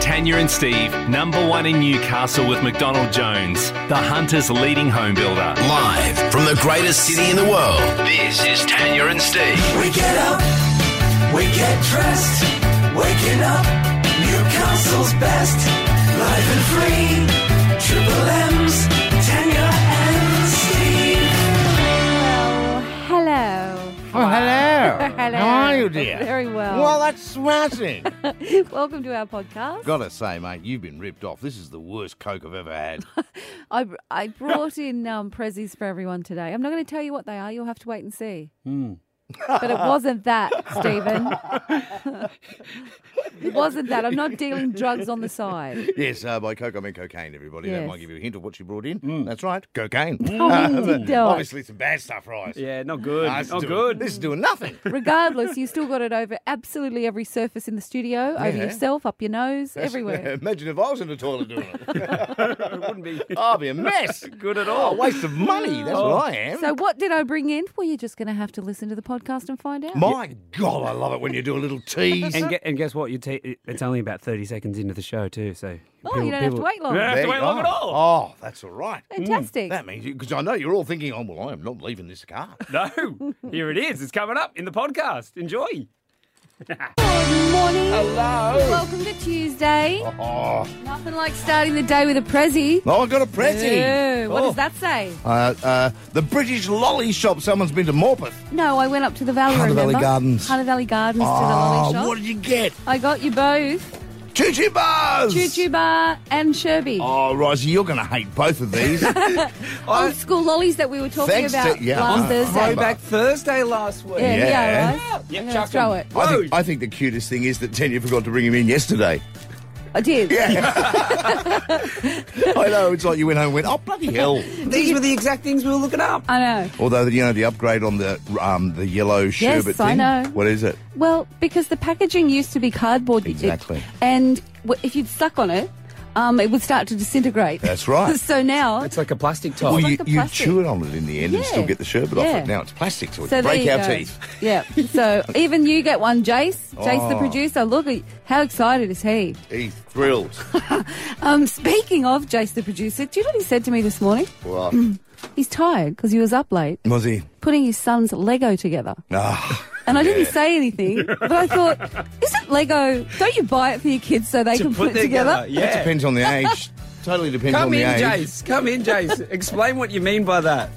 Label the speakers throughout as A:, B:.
A: Tanya and Steve, number one in Newcastle with McDonald Jones, the Hunter's leading home builder.
B: Live from the greatest city in the world, this is Tanya and Steve.
C: We get up, we get dressed, waking up, Newcastle's best, live and free, Triple M's, Tanya and Steve.
D: Hello.
E: Oh, hello.
D: Hello.
E: How are you, dear?
D: Very well.
E: Well, that's smashing.
D: Welcome to our podcast.
E: Gotta say, mate, you've been ripped off. This is the worst Coke I've ever had.
D: I, I brought in um, prezzies for everyone today. I'm not going to tell you what they are. You'll have to wait and see. But it wasn't that, Stephen. it wasn't that. I'm not dealing drugs on the side.
E: yes, uh, by Coke, I mean cocaine, everybody. That
D: Yes.
E: might give you a hint of what she brought in. That's right, cocaine. Uh,
D: don't.
E: obviously, some bad stuff, right?
F: Yeah, not good.
E: Ah, this is
F: not
E: doing-
F: good.
E: This is doing nothing.
D: Regardless, you still got it over absolutely every surface in the studio, over
E: Yeah.
D: yourself, up your nose, everywhere.
E: Imagine if I was in the toilet doing it.
F: it wouldn't be
E: I'd be a mess.
F: good at
E: Oh,
F: all.
E: waste of money. That's what I am.
D: So, what did I bring in? Well, you're just going to have to listen to the podcast and find out.
E: My God, I love it when you do a little tease.
F: And, gue- and guess what? You ta- it- it's only about thirty seconds into the show too, so
D: Oh, you don't have to wait long.
F: Yeah.
E: There
F: have to wait
E: you
F: long
E: are.
F: at
E: Oh, that's all right.
D: Fantastic.
E: That means you, because I know you're all thinking, oh, well, I am not leaving this car.
F: No, here it is. It's coming up in the podcast. Enjoy.
D: Good morning. Hello. Welcome to Tuesday.
E: Oh,
D: Nothing like starting the day with a prezi.
E: oh I got a prezi.
D: Ew, What
E: Oh.
D: does that say?
E: Uh, uh, the British lolly shop. Someone's been to Morpeth.
D: No, I went up to the Valley.
E: Hunter Valley
D: remember?
E: Gardens. Ah,
D: Hunter Valley Gardens to the lolly shop.
E: what did you get?
D: I got you both
E: Choo choo bars.
D: Choo Choo Bar and Sherby.
E: Oh, Rosie, you're going to hate both of these.
D: Old school lollies that we were talking
E: Thanks to-
D: about
E: yeah,
D: last
E: I
D: Thursday.
E: remember. Throwback
F: Thursday last week.
D: Yeah,
E: Yeah.
D: yeah, right.
F: Yeah,
D: I'm gonna
F: chuck
D: throw
F: 'em.
D: it.
E: I, think, I think the cutest thing is that Tanya forgot to bring him in yesterday.
D: I did.
E: I know, it's like you went home and went, oh, bloody hell.
F: These were the exact things we were looking up.
D: I know.
E: Although, you know, the upgrade on the um, the yellow sherbet
D: I
E: thing.
D: know.
E: What is it?
D: Well, because the packaging used to be cardboard, you- it-
E: Exactly.
D: and w- if you'd stuck on it, um, it would start to disintegrate.
E: That's right.
D: so now
F: It's like a plastic top.
E: well,
D: like
E: Oh, you,
D: the
E: you
D: plastic.
E: chew it on it in the end and
D: Yeah.
E: still get the sherbet off
D: Yeah.
E: it. Now it's plastic, so,
D: So
E: we
D: there
E: break
D: you
E: our
D: go.
E: teeth.
D: Yeah. So even you get one, Jace. Jace, the
E: Oh.
D: producer. Look, at how excited is he?
E: He's thrilled.
D: Um, speaking of Jace, the producer, do you know what he said to me this morning?
E: Well,
D: He's tired because he was up late
E: was he?
D: putting his son's Lego together.
E: Ah.
D: And I didn't
E: Yeah.
D: say anything, but I thought, isn't Lego? Don't you buy it for your kids so they
F: to
D: can
F: put,
D: it together?
F: Yeah.
E: Depends on the age. totally depends on
F: Come
E: the
F: in,
E: age.
F: Jace. Come in, Jace. Explain what you mean by that.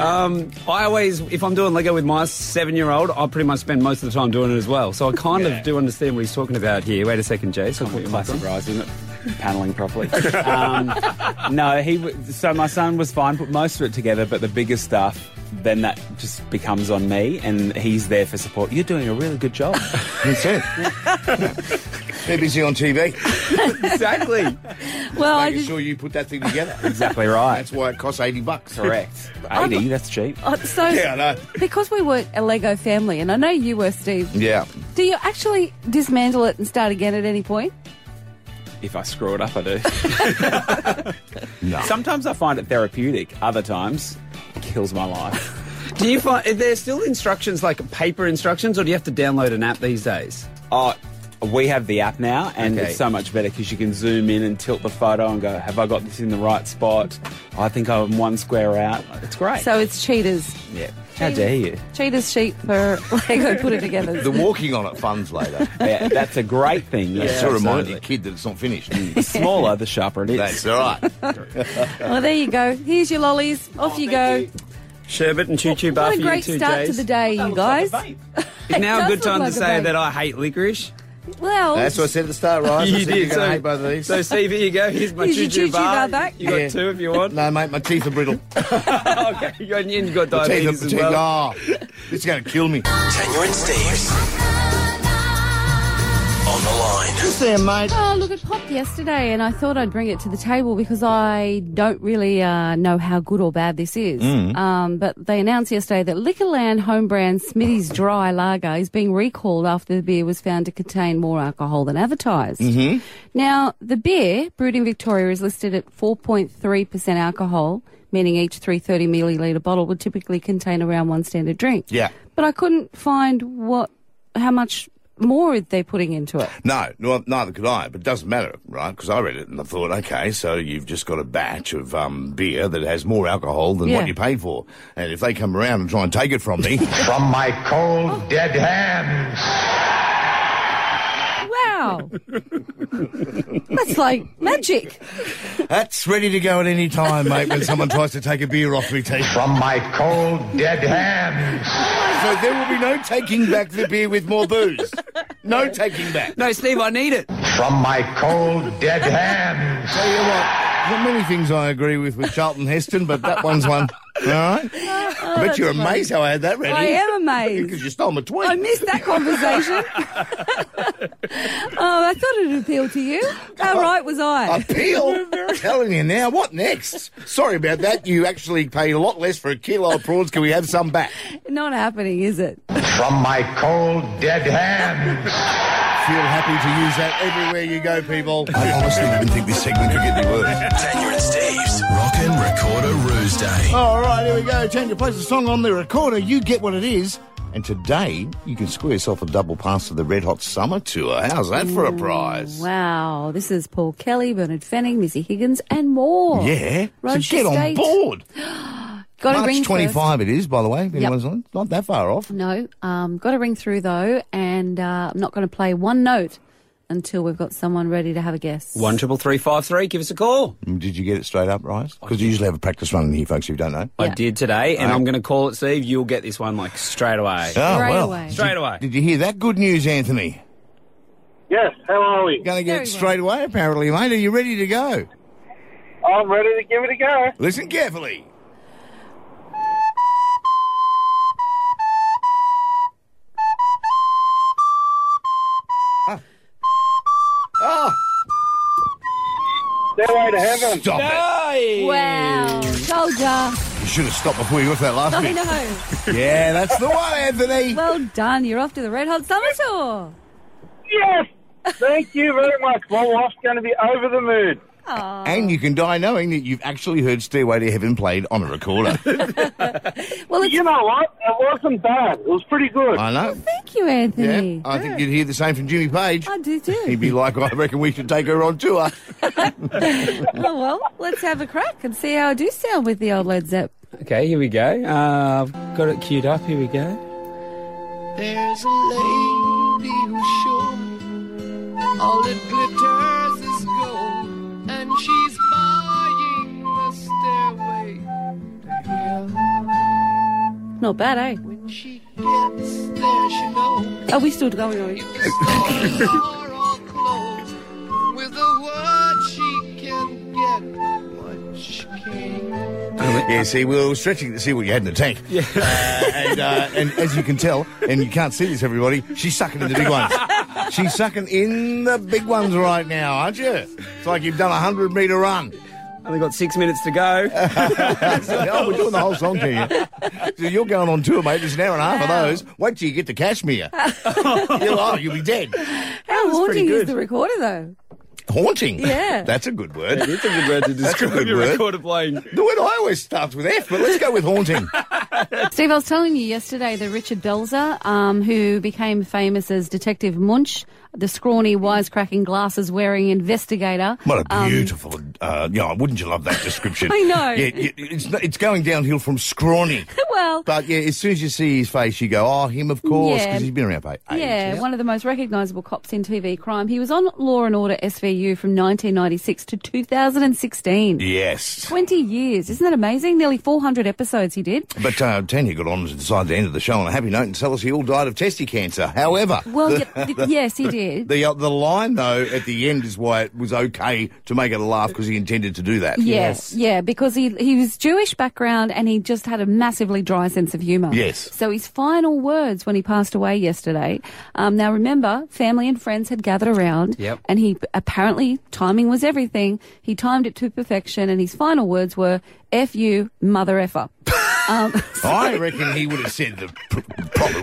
F: Um, I always, if I'm doing Lego with my seven-year-old, I pretty much spend most of the time doing it as well. So I kind of do understand what he's talking about here. Wait a second, Jace. I'll put your mic on.
G: isn't it? Paneling properly. um, no, he. w- So my son was fine. Put most of it together, but the bigger stuff, then that just becomes on me, and he's there for support. You're doing a really good job.
E: That's it. They're busy on TV,
F: exactly.
D: Well, I
E: making
D: just,
E: sure you put that thing together.
G: exactly right.
E: That's why it costs 80 bucks.
G: Correct. Eighty. That's cheap.
D: uh, so
E: Yeah, I know.
D: because we were a Lego family, and I know you were, Steve.
E: Yeah.
D: Do you actually dismantle it and start again at any point?
G: If I screw it up, I do. Sometimes I find it therapeutic. Other times, it kills my life.
F: Do you find are there still instructions like paper instructions, or do you have to download an app these days?
G: Oh, we have the app now, and
F: Okay.
G: it's so much better because you can zoom in and tilt the photo and go, "Have I got this in the right spot? I think I'm one square out." It's great.
D: So it's cheaters.
G: yeah, how dare you?
D: Cheaters sheep for Lego put it together.
E: The walking on it funds later.
G: Yeah, that's a great thing. Yeah,
E: Just to remind your kid that it's not finished.
G: The smaller, the sharper it is.
E: That's all right.
D: Well, there you go. Here's your lollies. Off
E: Oh,
D: you go.
F: Sherbet and choo choo bar
D: What
F: for
D: a great
F: you two
D: start
F: days.
D: to the day, you guys.
F: Is now
D: does
F: a good
D: look
F: time
D: like
F: to
D: a
F: say
D: vape.
F: that I hate licorice?
D: well,
E: That's what I said at the start, right? I
F: you
E: said You're going to hate both of these.
F: so Steve, here you go. Here's my
D: Here's
F: choo
D: your
F: choo
D: choo-choo bar
F: bar.
D: back.
F: You got
E: Yeah.
F: two if you want.
E: no, mate, my teeth are brittle.
F: okay, you got, and you got
E: teeth are,
F: diabetes as
E: teeth,
F: well.
E: oh, it's going to kill me.
B: Tanya and Steve's on the line.
E: Just there, mate.
D: oh, look, it popped yesterday, and I thought I'd bring it to the table because I don't really uh, know how good or bad this is. Um, but they announced yesterday that Liquorland home brand Smithy's Dry Lager is being recalled after the beer was found to contain more alcohol than advertised. Mm-hmm. Now, the beer, brewed in Victoria, is listed at 4.3% alcohol, meaning each 330 millilitre bottle would typically contain around one standard drink.
E: Yeah.
D: But I couldn't find what, how much more they're putting into it.
E: No, no, neither could I, but it doesn't matter, right? Because I read it and I thought, okay, so you've just got a batch of um, beer that has more alcohol than
D: Yeah.
E: what you pay for. And if they come around and try and take it from me,
H: From my cold, dead hands.
D: Wow. That's like magic.
E: that's ready to go at any time, mate, when someone tries to take a beer off me. Take. So
H: From my cold, dead hands.
E: there will be no taking back the beer with more booze. No taking back.
F: No, Steve, I need it.
H: From my cold, dead hands.
E: Tell you what, there are many things I agree with with Charlton Heston, but that one's one. All right? I bet you're amazed how I had that ready.
D: Oh, I am amazed.
E: Because you stole my tweet.
D: I missed that conversation. oh, I thought it appealed to you. How right was I?
E: Appeal? telling you now, what next? Sorry about that. You actually pay a lot less for a kilo of prawns. Can we have some back?
D: Not happening, is it?
H: From my cold, dead hands.
E: Feel happy to use that everywhere you go, people.
B: I honestly didn't think this segment could get any worse. Tanya and Steve's Rockin' Recorder Ruse Day.
E: All right, here we go. Tanya plays a song on the recorder. You get what it is. And today, you can score yourself a double pass to the Red Hot Summer Tour. How's that for a prize?
D: Wow. This is Paul Kelly, Bernard Fanning, Missy Higgins, and more.
E: Yeah.
D: Road
E: so get on
D: State.
E: board.
D: Got a
E: March
D: ring
E: 25 it is, by the way. if anyone's on. Not that far off.
D: No, um, got to ring through though, and uh, I'm not going to play one note until we've got someone ready to have a guess.
F: One triple three five three. Give us a call.
E: Did you get it straight up, Rice? Because you usually have a practice run in here, folks, if you don't know.
F: I
D: Yeah.
F: did today, and I'm going to call it, Steve. You'll get this one like straight away.
E: Oh,
D: Straight
E: well.
D: away.
F: Straight away.
E: Did you hear that good news, Anthony?
I: Yes, how are we?
E: Going to get
D: Very
E: it
D: well.
E: straight away, apparently, mate. Are you ready to go?
I: I'm ready to give it a go.
E: Listen carefully. Ah.
I: Stairway to
E: Oh,
I: heaven.
E: stop
D: Wow, soldier!
E: it. You should have stopped before you got to that last
D: I
E: bit.
D: know.
E: Yeah, that's the one, Anthony.
D: Well done. You're off to the Red Hot Summer Tour.
I: Yes! Thank you very much. My wife's going to be over the moon.
E: And you can die knowing that you've actually heard Stairway to Heaven played on a recorder.
D: Well, it's,
I: You know what? It wasn't bad. It was pretty good.
E: I know.
D: thank you, Anthony.
E: Yeah, I think you'd hear the same from Jimmy Page.
D: I do
E: He'd
D: too.
E: be like, I reckon we should take her on tour.
D: oh well, let's have a crack and see how I do sound with the old Led Zepp.
F: Okay, here we go. Uh, I've got it queued up. Here we go.
J: There's a lady who's sure all that glitters is gold, and she's buying the stairway to heaven.
D: Not bad, eh?
J: When she gets there, she knows
D: Are we still going on?
J: the stores are all closed. With a word, she can get what she can.
E: Yeah, see, we were stretching to see what you had in the tank. Yeah. and, uh, and as you can tell, and you can't see this, everybody, she's sucking in the big ones. She's sucking in the big ones right now, aren't you? It's like you've done a 100 metre run.
F: Only got six minutes to go.
E: oh, we're doing the whole song to you. So you're going on tour, mate. There's an hour and a half
D: Wow.
E: of those. Wait till you get to Kashmir. you'll, oh, you'll be dead.
D: How haunting is
F: good.
D: the recorder though?
E: Haunting.
D: Yeah.
E: That's a good word.
F: It's a good word to
E: describe good your word. recorder
F: playing.
E: The word I always starts with F, but let's go with haunting.
D: Steve, I was telling you yesterday that Richard Belzer, um, who became famous as Detective Munch, the scrawny, wisecracking, glasses wearing investigator.
E: What a
D: um,
E: beautiful, uh, you know, wouldn't you love that description?
D: I know.
E: Yeah, y- it's, it's going downhill from scrawny.
D: well,
E: But yeah, as soon as you see his face, you go, oh, him, of course,
D: Yeah.
E: because he's been around for ages.
D: yeah, one of the most recognisable cops in TV crime. He was on Law and Order SVU from 1996 to 2016.
E: Yes.
D: 20 years. Isn't that amazing? Nearly 400 episodes he did.
E: But uh, Tanya got on to decide the end of the show on a happy note and tell us he all died of testy cancer. However,
D: Well,
E: the,
D: y- y- yes, he did.
E: the, uh, the line, though, at the end is why it was okay to make it a laugh because he intended to do that.
D: Yes. Yeah, because he he was Jewish background and he just had a massively dry sense of humour.
E: Yes.
D: So his final words when he passed away yesterday. Um, now remember, family and friends had gathered around.
F: Yep.
D: And he apparently timing was everything. He timed it to perfection, and his final words were "F you, mother effer." um,
E: I reckon he would have said the pr- proper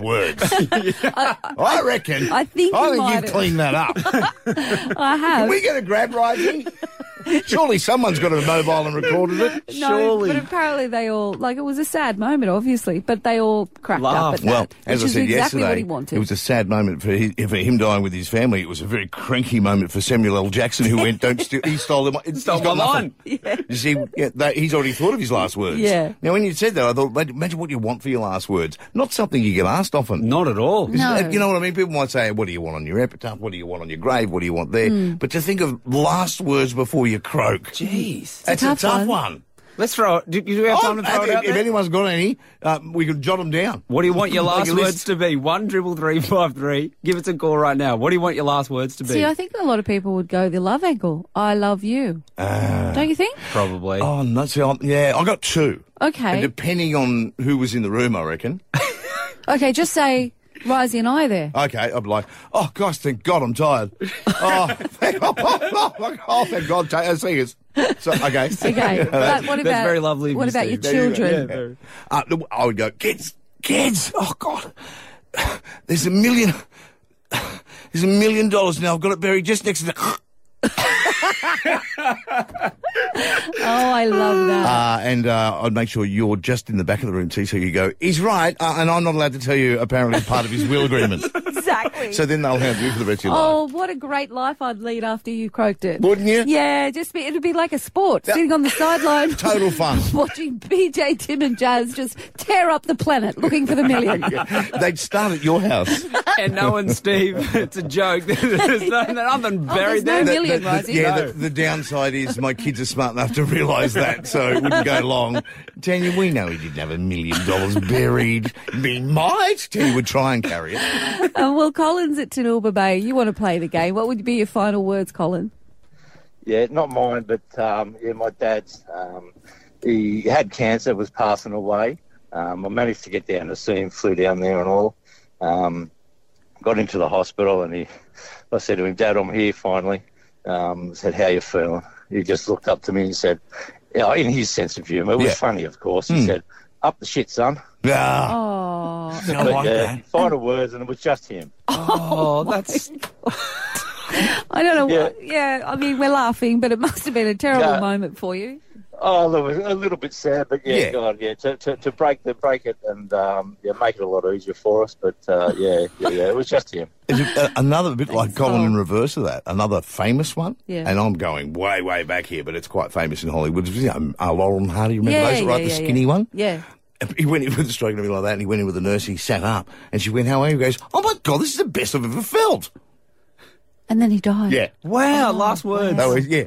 E: words. I reckon.
D: I think he
E: I think
D: might have.
E: you've cleaned that up.
D: I have.
E: we get a grab, Rising? Surely someone's got a mobile and recorded it.
D: No, but apparently they all like it was a sad moment, obviously, but they all cracked up.
F: Laughed.
D: At
E: Well,
D: that,
E: as
D: which
E: I said
D: is exactly
E: yesterday,
D: what he wanted.
E: it was a sad moment for, his, for him dying with his family. It was a very cranky moment for Samuel L. Jackson, who went, "Don't steal." He stole them.
F: Stole
E: he's got
F: my
E: nothing. You see, yeah, that, he's already thought of his last words.
D: Yeah.
E: Now, when you said that, I thought, "Mate, imagine what you want for your last words. Not something you get asked often.
F: Not at all.
E: Is
D: No.
E: that- You know what I mean? People might say, what do you want on your epitaph? What do you want on your grave? What do you want there?
D: Hmm.
E: But to think of last words before you croak.
F: Jeez.
E: That's a tough,
D: tough one.
E: one.
F: Let's throw it. Do, do we have time
E: Oh,
F: to throw
E: if,
F: it out
E: if
F: there?
E: anyone's got any, uh, we can jot them down.
F: What do you want your
E: Make a
F: last
E: list.
F: words to be? One triple three five three. Give us a call right now. What do you want your last words to be?
D: See, I think a lot of people would go the love angle. I love you.
E: Ah.
D: Don't you think?
F: Probably.
E: Oh, and that's the, yeah. I got two. And
D: Okay.
E: depending on who was in the room, I reckon.
D: Okay, just say Risey and I there.
E: Okay, I'm like, oh gosh, thank God I'm tired. Oh, thank, oh, thank God, ta- uh, singers. So, okay.
D: Okay. but what
F: that's
D: about
F: very lovely of
D: what
F: you,
D: about your
F: Steve.
E: There you go.
D: children?
E: Yeah. Uh, no, I would go, kids, kids. Oh God, there's a million, there's a million dollars now. I've got it buried just next to the.
D: Oh, I love that.
E: Uh, and uh, I'd make sure you're just in the back of the room too, so you go. He's right, uh, and I'm not allowed to tell you. Apparently, part of his will agreement.
D: exactly.
E: So then they'll have you for the rest of your life.
D: Oh, what a great life I'd lead after you croaked it.
E: Wouldn't you?
D: Yeah, just be, it'd be like a sport, sitting on the sideline.
E: Total fun.
D: Watching BJ, Tim and Jazz just tear up the planet looking for the million.
E: They'd start at your house.
F: and no one, Steve. It's a joke. there's no, nothing buried
D: Oh,
F: there.
D: no million.
E: The- the-
D: Risey.
E: yeah,
F: No.
E: the, the downside is my kids are smart enough to realise that, so it wouldn't go long. Tanya, we know he didn't have a million dollars buried. He might. He would try and carry it.
D: Uh, well, Colin's at Tanulba Bay. You want to play the game. What would be your final words, Colin?
K: Yeah, not mine, but um, yeah, my dad's. Um, he had cancer, was passing away. Um, I managed to get down to see him, flew down there and all. Um, got into the hospital, and he, I said to him, "Dad, I'm here finally." Um, I said, "How you feeling?" He just looked up to me and said, "Yeah," in his sense of humour, it was
E: Yeah.
K: funny, of course.
G: Hmm.
K: He said, "Up the shit, son."
E: Ah,
D: Oh,
G: I like
K: yeah,
G: that.
K: final words, and it was just him.
F: Oh, that's
D: I don't know.
K: Yeah.
D: What, yeah, I mean, we're laughing, but it must have been a terrible
K: Yeah.
D: moment for you.
K: Oh, look, it was a little bit sad, but yeah,
E: Yeah.
K: God, yeah, to, to, to break the break it and um, yeah, make it a lot easier for us. But uh, yeah, yeah, yeah, it was just him.
E: Is it, uh, another bit like
D: Thanks,
E: Colin
D: Colin.
E: in reverse of that. Another famous one.
D: Yeah.
E: And I'm going way, way back here, but it's quite famous in Hollywood. You know, uh, Laurel and Hardy, remember those? right, the skinny
D: yeah.
E: one.
D: Yeah.
E: He went in with a stroke and everything like that, and he went in with a nurse. He sat up, and she went, "How are you?" He goes, "Oh my god, this is the best I've ever felt."
D: And then he died.
E: Yeah,
F: wow. last words.
E: that was yeah.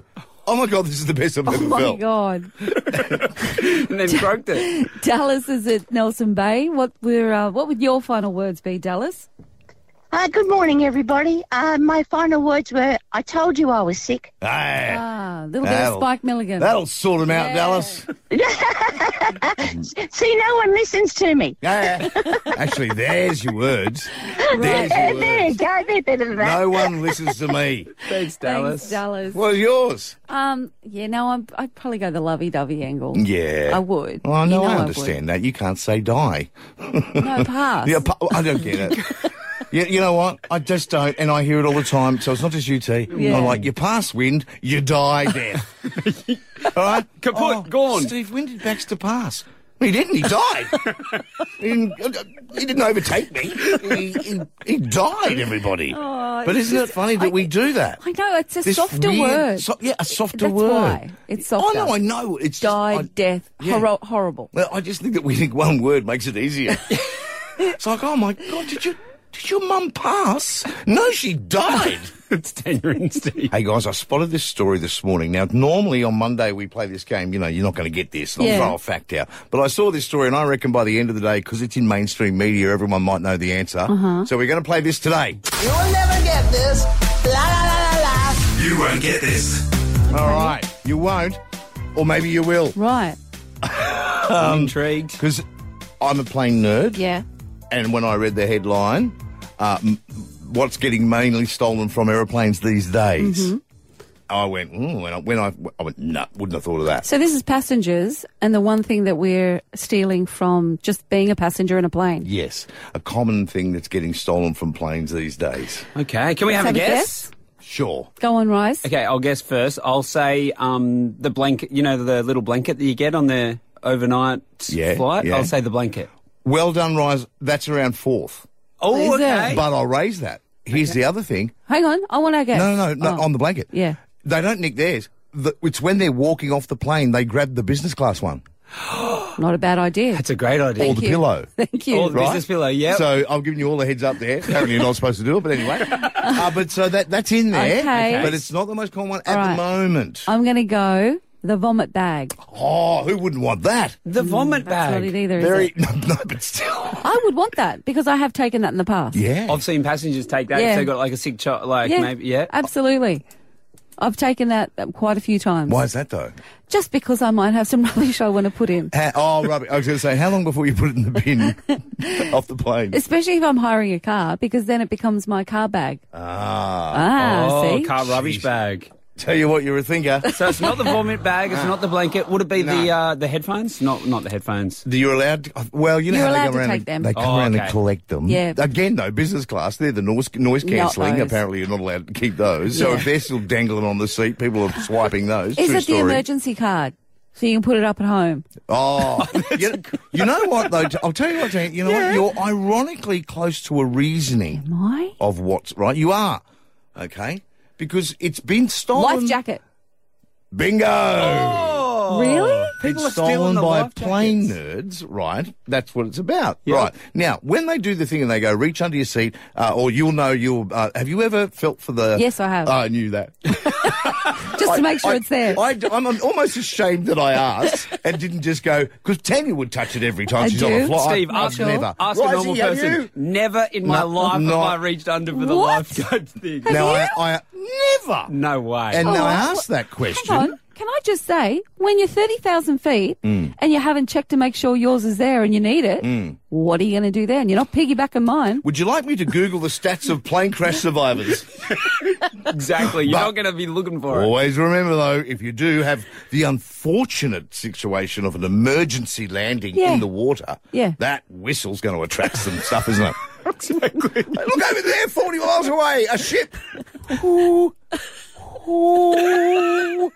E: Oh my god, this is the best I've
D: Oh
E: ever
D: my
E: felt.
D: God.
F: and then croaked it.
D: Dallas is at Nelson Bay. What were uh, what would your final words be, Dallas?
L: Uh, good morning, everybody. Uh, my final words were I told you I was sick.
E: Hey.
D: Ah, a little bit of
E: That'll-
D: Spike Milligan.
E: That'll sort him out, Dallas.
L: See, no one listens to me.
E: Yeah. Actually, there's your words. There's
L: Uh,
E: your
L: there you
E: words.
L: go. They're better than that.
E: No one listens to me.
F: Thanks, Dallas.
D: Thanks, Dallas.
E: Well, yours.
D: Um, yeah, no, I'm, I'd probably go the lovey-dovey angle.
E: Yeah.
D: I would.
E: Well, I
D: You
E: know, I
D: would.
E: understand that. You can't say die.
D: No, pass.
E: Yeah, pu- I don't get it. You, you know what? I just don't, and I hear it all the time. So it's not just you, T.
D: Yeah.
E: I'm like, you pass wind, you die death. all right, Oh,
F: Kaput, gone.
E: Steve, when did Baxter pass? He didn't. He died. he, didn't, he didn't overtake me. He, he, he died. Everybody.
D: Oh,
E: but
D: it's
E: isn't
D: just-
E: it funny that
D: I-
E: we do that?
D: I know, it's a
E: This
D: softer
E: weird-
D: word.
E: so- yeah, a softer
D: That's
E: word.
D: why. It's
E: I know.
D: softer.
E: I know. It's just-
D: Die,
E: I-
D: death,
E: Yeah.
D: horro- horrible.
E: well, I just think that we think one word makes it easier. it's like, oh my god, did you did your mum pass? No, she died.
F: it's tenure and Steve.
E: hey guys, I spotted this story this morning. Now, normally on Monday we play this game. You know, you're not going to get this. And
D: Yeah.
E: I'll throw a fact out. But I saw this story, and I reckon by the end of the day, because it's in mainstream media, everyone might know the answer.
D: Uh-huh.
E: So we're going to play this today.
C: You'll never get this. La la la la la.
B: You won't get this.
E: All right, you won't, or maybe you will,
D: Right.
F: I'm intrigued.
E: because I'm a plain nerd.
D: Yeah.
E: and when I read the headline, uh, m- what's getting mainly stolen from aeroplanes these days?
D: Mm-hmm.
E: I went, mm, when I, when I, I went, no, wouldn't have thought of that.
D: So this is passengers, and the one thing that we're stealing from just being a passenger in a plane.
E: Yes, a common thing that's getting stolen from planes these days.
F: Okay, can we have, a guess?
E: Sure.
D: Go on, Rise.
F: Okay, I'll guess first. I'll say um, the blanket. You know the little blanket that you get on the overnight flight.
E: yeah.
F: I'll say the blanket.
E: Well done, Rise. That's around fourth.
D: Oh, Is it? okay.
E: But I'll raise that. Here's the other thing.
D: Hang on, I want to guess.
E: No, no, no, no on the blanket.
D: Oh. Yeah.
E: They don't nick theirs. The, it's when they're walking off the plane, they grab the business class one.
D: Not a bad idea.
F: That's a great idea.
E: Or
D: Thank
E: the
D: you.
E: pillow.
D: Thank you.
E: Or the business
F: pillow, yeah.
E: So I'm giving you all the heads up there. Apparently you're not supposed to do it, but anyway. Uh, but so that that's in there.
D: Okay.
E: But it's not the most common one at
D: All
E: the
D: right. Uh,
E: moment.
D: I'm going to go the vomit bag.
E: Oh, who wouldn't want that?
F: The vomit
D: That's not it either, is
E: Very,
D: it?
E: no, no, but still.
D: I would want that because I have taken that in the past.
E: Yeah.
F: I've seen passengers take that
D: Yeah.
F: if they've got like a sick child, like
D: Yeah,
F: maybe, yeah.
D: Absolutely. I've taken that um, quite a few times.
E: Why is that though?
D: Just because I might have some rubbish I want to put in.
E: Ha- oh, rubbish. I was going to say, how long before you put it in the bin off the plane?
D: Especially if I'm hiring a car because then it becomes my car bag.
E: Ah.
D: Ah,
F: oh,
D: see?
F: car rubbish
E: Jeez.
F: bag.
E: Tell you what, you're a thinker.
F: So it's not the vomit bag. It's not the blanket. Would it be the
E: No.
F: uh, the headphones? Not not the headphones.
E: Do You're allowed. To, well, you know
D: You're
E: how
D: allowed
E: they come
D: to
E: around.
D: take
E: and,
D: them.
E: They come
F: Oh,
E: around and
F: okay.
E: collect them.
D: Yeah.
E: Again, though, business class, they're the noise noise
D: Not
E: cancelling.
D: those.
E: Apparently, you're not allowed to keep those. So
D: Yeah.
E: if they're still dangling on the seat, people are swiping those.
D: Is
E: True
D: it the
E: story.
D: emergency card? So you can put it up at home.
E: Oh, you, you know what though? T- I'll tell you what, Dan, you know what? You're ironically close to a reasoning
D: Am I?
E: of what's right. You are, okay, because it's been stolen.
D: Life Oh. jacket.
E: Bingo.
D: Really?
F: People
E: it's
F: are stealing
E: stolen
F: the
E: by
F: life
E: plane nerds, right? That's what it's about, right? Now, when they do the thing and they go reach under your seat, uh, or you'll know you'll. Uh, have you ever felt for the?
D: Yes, I have.
E: I knew that.
D: Just to make sure
E: I-
D: it's there.
E: I, am almost ashamed that I asked and didn't just go because Tanya would touch it every time
D: I
E: she's on
D: do.
E: a flight.
F: Steve,
E: I've
F: ask,
E: never.
F: ask a
E: Risey,
F: normal
E: have
F: person.
E: you?
F: Never in my
E: No,
F: life
E: not-
F: have I reached under for the
D: What?
F: life coach thing.
E: Now I, I never.
F: No way.
E: And now I
D: Oh,
E: asked that question.
D: Hang on. Can I just say, when you're 30,000 feet and you haven't checked to make sure yours is there and you need it, what are you going to do then? You're not piggybacking mine.
E: Would you like me to Google the stats of plane crash survivors?
F: exactly. You're
E: But-
F: not going to be looking for it.
E: Always remember, though, if you do have the unfortunate situation of an emergency landing
D: Yeah.
E: in the water,
D: Yeah.
E: that whistle's going to attract some stuff, isn't it? Exactly. Look over there, 40 miles away, a ship. Ooh. Ooh.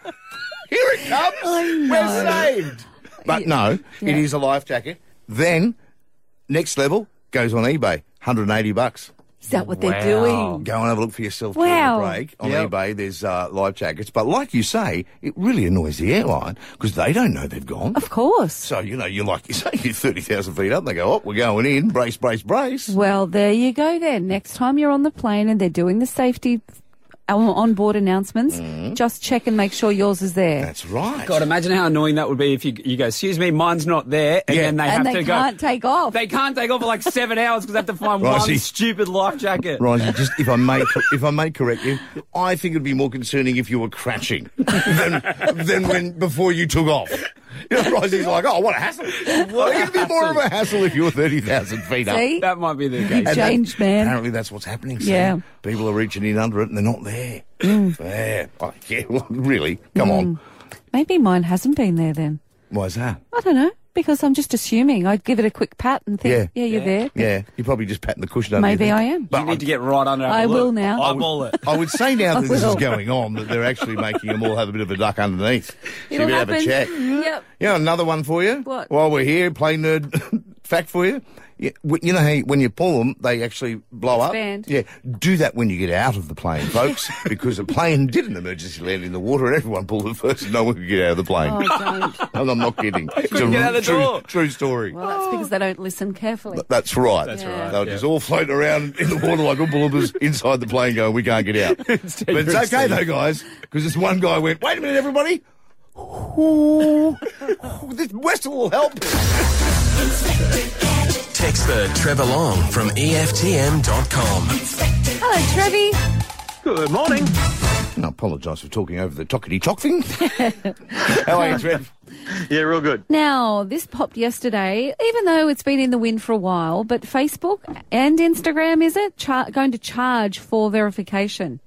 E: Here it comes. We're saved. But no, it
D: Yeah.
E: is a life jacket. Then, next level goes on eBay, 180 bucks.
D: Is that what
F: Wow.
D: they're doing?
E: Go and have a look for yourself
D: Wow.
E: during the break on
F: Yep.
E: eBay. There's uh, life jackets, but like you say, it really annoys the airline because they don't know they've gone.
D: Of course.
E: So you know, you're like you say, you're thirty thousand feet up. They go, oh, we're going in, brace, brace, brace.
D: Well, there you go then. Next time you're on the plane and they're doing the safety on- on-board announcements,
E: Mm-hmm.
D: just check and make sure yours is there.
E: That's right.
F: God, imagine how annoying that would be if you, you go, excuse me, mine's not there, and
E: Yeah.
F: then they
D: and
F: have
D: they
F: to
D: can't
F: go.
D: take off.
F: they can't take off for like seven hours because they have to find
E: Right,
F: one
E: see.
F: stupid life jacket.
E: Rising, just if I may, if I may correct you, I think it'd be more concerning if you were crashing than, than when before you took off. You know, Rising's like, oh, what a hassle! I think it'd be more of a hassle if you were thirty thousand feet up.
D: See?
F: That might be the case.
E: And that-
D: Changed, man.
E: Apparently, that's what's happening. Sam.
D: Yeah. Mm.
E: people are reaching in under it, and they're not there. there, oh, yeah. Well, really? Come on.
D: Maybe mine hasn't been there then.
E: Why's that?
D: I don't know. Because I'm just assuming. I'd give it a quick pat and think,
E: Yeah.
D: yeah, you're there.
E: Yeah, you're probably just patting the cushion. under
D: Maybe
E: your
D: I
E: thing.
D: am.
F: you need to get right under it.
D: I
F: Look,
D: will now.
F: Eyeball it.
E: I would say now that this is
D: will.
E: going on that they're actually making them all have a bit of a duck underneath. So
D: It'll
E: we have
D: happen.
E: a check.
D: Yep.
E: Yeah, another one for you.
D: What?
E: While we're here, plain nerd fact for you. Yeah, w- you know how you- when you pull them, they actually blow
D: Expand.
E: up. Yeah, do that when you get out of the plane, folks, because the plane did an emergency land in the water, and everyone pulled it first, and no one could get out of the plane.
D: Oh, don't.
E: And I'm not kidding. It's
F: couldn't get out the
E: true,
F: door.
E: true story.
D: Well, that's because they don't listen carefully.
E: That's right.
D: That's Yeah. right,
E: They were just all floating around in the water like umbaloombas inside the plane going, we can't get out. but it's okay though, guys, because this one guy went, wait a minute, everybody. Ooh, ooh, this whistle will help.
B: Text the Trevor Long from EFTM.com.
D: Hello, Trevi.
F: Good morning.
E: And I apologise for talking over the tockety tock thing. How are you, Trev?
M: Yeah, real good.
D: Now, this popped yesterday, even though it's been in the wind for a while, but Facebook and Instagram, is it, char- going to charge for verification?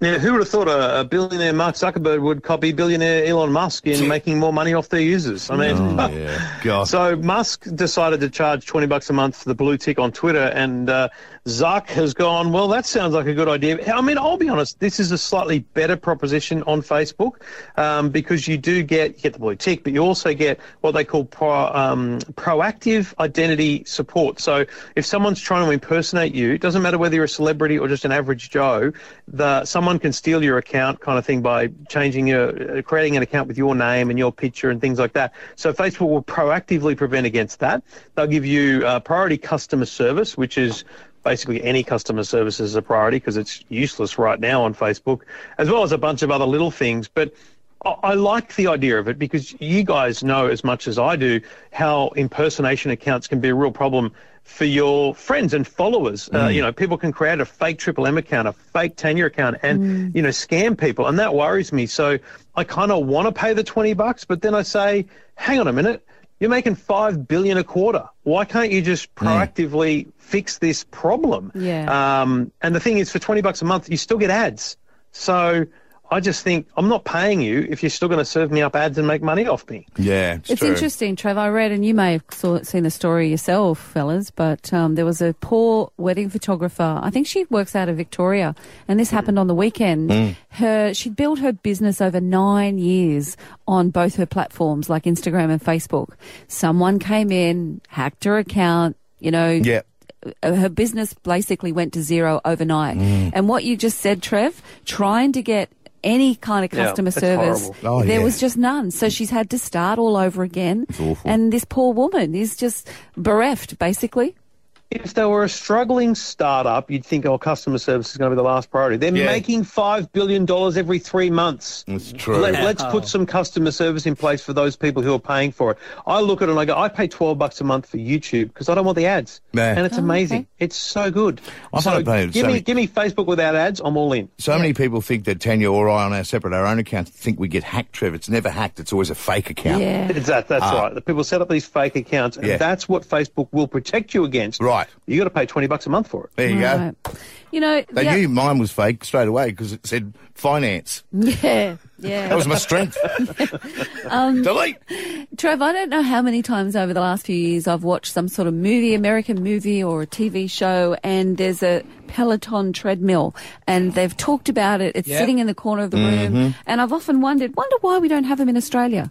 M: Yeah, who would have thought a, a billionaire Mark Zuckerberg would copy billionaire Elon Musk in making more money off their users? I mean,
E: yeah, God.
M: so Musk decided to charge 20 bucks a month for the blue tick on Twitter, and uh, Zuck has gone, well, that sounds like a good idea. I mean, I'll be honest, this is a slightly better proposition on Facebook um, because you do get, you get the blue tick, but you also get what they call pro, um, proactive identity support. So if someone's trying to impersonate you, it doesn't matter whether you're a celebrity or just an average Joe, the, someone can steal your account kind of thing by changing your, uh, creating an account with your name and your picture and things like that. So Facebook will proactively prevent against that. They'll give you uh, priority customer service, which is basically any customer service is a priority because it's useless right now on Facebook, as well as a bunch of other little things. But I I like the idea of it because you guys know as much as I do how impersonation accounts can be a real problem for your friends and followers. Uh, you know, people can create a fake Triple M account, a fake Tanya account, and you know scam people, and that worries me. So I kind of want to pay the twenty bucks, but then I say, hang on a minute. You're making five billion a quarter. Why can't you just proactively fix this problem?
D: Yeah.
M: Um, and the thing is, for 20 bucks a month, you still get ads. So I just think I'm not paying you if you're still going to serve me up ads and make money off me.
E: Yeah,
D: It's interesting, Trev. I read, and you may have saw, seen the story yourself, fellas, but um, there was a poor wedding photographer. I think she works out of Victoria, and this happened on the weekend.
C: Mm.
D: Her She'd built her business over nine years on both her platforms, like Instagram and Facebook. Someone came in, hacked her account, you know.
E: Yeah.
D: uh, Her business basically went to zero overnight.
C: Mm.
D: And what you just said, Trev, trying to get any kind of
C: Yeah,
D: customer
C: that's
D: service,
C: horrible. Oh,
D: there
C: yeah.
D: was just none. So she's had to start all over again. And this poor woman is just bereft, basically.
M: If they were a struggling startup, you'd think, oh, customer service is going to be the last priority. They're
D: Yeah.
M: making $5 billion every three months.
E: That's
M: true. Let, us put some customer service in place for those people who are paying for it. I look at it and I go, I pay 12 bucks a month for YouTube because I don't want the ads.
E: Yeah.
M: And it's
E: Oh,
M: amazing. It's so good.
E: I
M: so
E: thought it paid
M: give,
E: so
M: me,
E: much-
M: give me Facebook without ads, I'm all in.
E: So many people think that Tanya or I on our separate, our own accounts, think we get hacked, Trev. It's never hacked. It's always a fake account.
M: It's that, that's
E: Ah.
M: right. The people set up these fake accounts, and
E: Yeah.
M: that's what Facebook will protect you against. Right. you got to pay 20 bucks a month for it.
E: There you
D: Right. You know,
E: go. They
D: yeah,
E: knew mine was fake straight away because it said finance.
D: yeah, yeah.
E: That was my strength.
D: Um,
E: Delete.
D: Trev, I don't know how many times over the last few years I've watched some sort of movie, American movie or a TV show, and there's a Peloton treadmill, and they've talked about it. It's
M: Yeah.
D: sitting in the corner of the room,
M: Mhm.
D: and I've often wondered, wonder why we don't have them in Australia.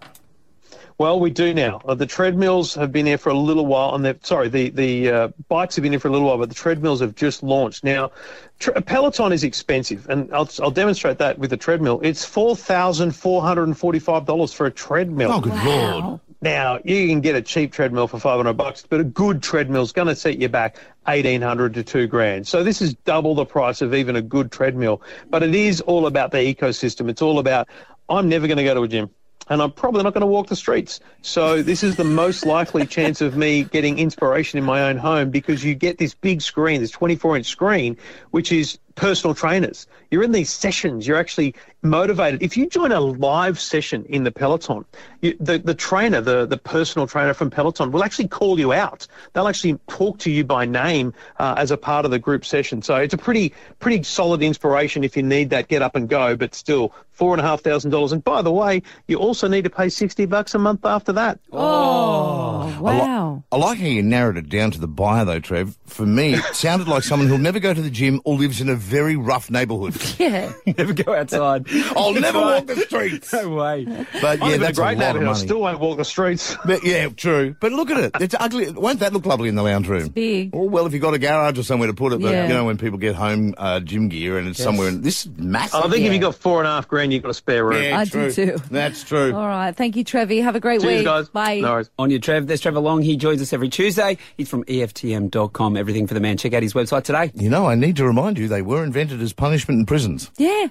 M: Well, we do now. Uh, the treadmills have been here for a little while, and they've sorry, the the uh, bikes have been here for a little while, but the treadmills have just launched now. Tr- a Peloton is expensive, and I'll, I'll demonstrate that with the treadmill. It's four thousand four hundred and forty-five dollars for a treadmill. Oh, good lord! Now you can get a cheap treadmill for five hundred bucks, but a good treadmill's going to set you back eighteen hundred to two grand. So this is double the price of even a good treadmill. But it is all about the ecosystem. It's all about I'm never going to go to a gym and I'm probably not going to walk the streets. So this is the most likely chance of me getting inspiration in my own home because you get this big screen, this 24 inch screen, which is personal trainers. You're in these sessions. You're actually motivated. If you join a live session in the Peloton, you, the, the trainer, the, the personal trainer from Peloton will actually call you out. They'll actually talk to you by name uh, as a part of the group session. So it's a pretty, pretty solid inspiration if you need that get up and go, but still four and a half thousand dollars. And by the way, you also need to pay sixty bucks a month after that.
E: Oh,
D: Oh, wow.
E: I like how you narrowed it down to the buyer, though, Trev. For me, it sounded like someone who'll never go to the gym or lives in a very rough neighbourhood.
D: Yeah.
F: never go outside.
E: I'll
F: That's
E: never
F: right.
E: walk the streets.
F: No way.
E: But yeah, that's a,
M: great
E: lot
M: neighbourhood.
E: of
M: I
E: money.
M: still won't walk the streets.
E: But, yeah, true. But look at it. It's ugly. Won't that look lovely in the lounge room?
D: big.
E: Oh, well, if you've got a garage or somewhere to put it, but
M: Yeah.
E: you know when people get home, uh, gym gear, and it's
M: Yes.
E: somewhere. In, this is massive.
M: I think if you've got four and a half grand, you've got a spare room.
E: Yeah,
D: I
E: true.
D: do too.
E: That's true.
D: All right. Thank you, Trevi. Have a great week. Bye.
F: On your Trev. There's Trevor Long. He joins us every Tuesday. He's from E EFTM.com. Everything for the man. Check out his website today.
E: You know, I need to remind you, they were invented as punishment in prisons.
D: Yeah.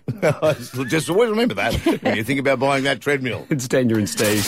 E: Just always remember that when you think about buying that treadmill.
F: It's Daniel and Steve.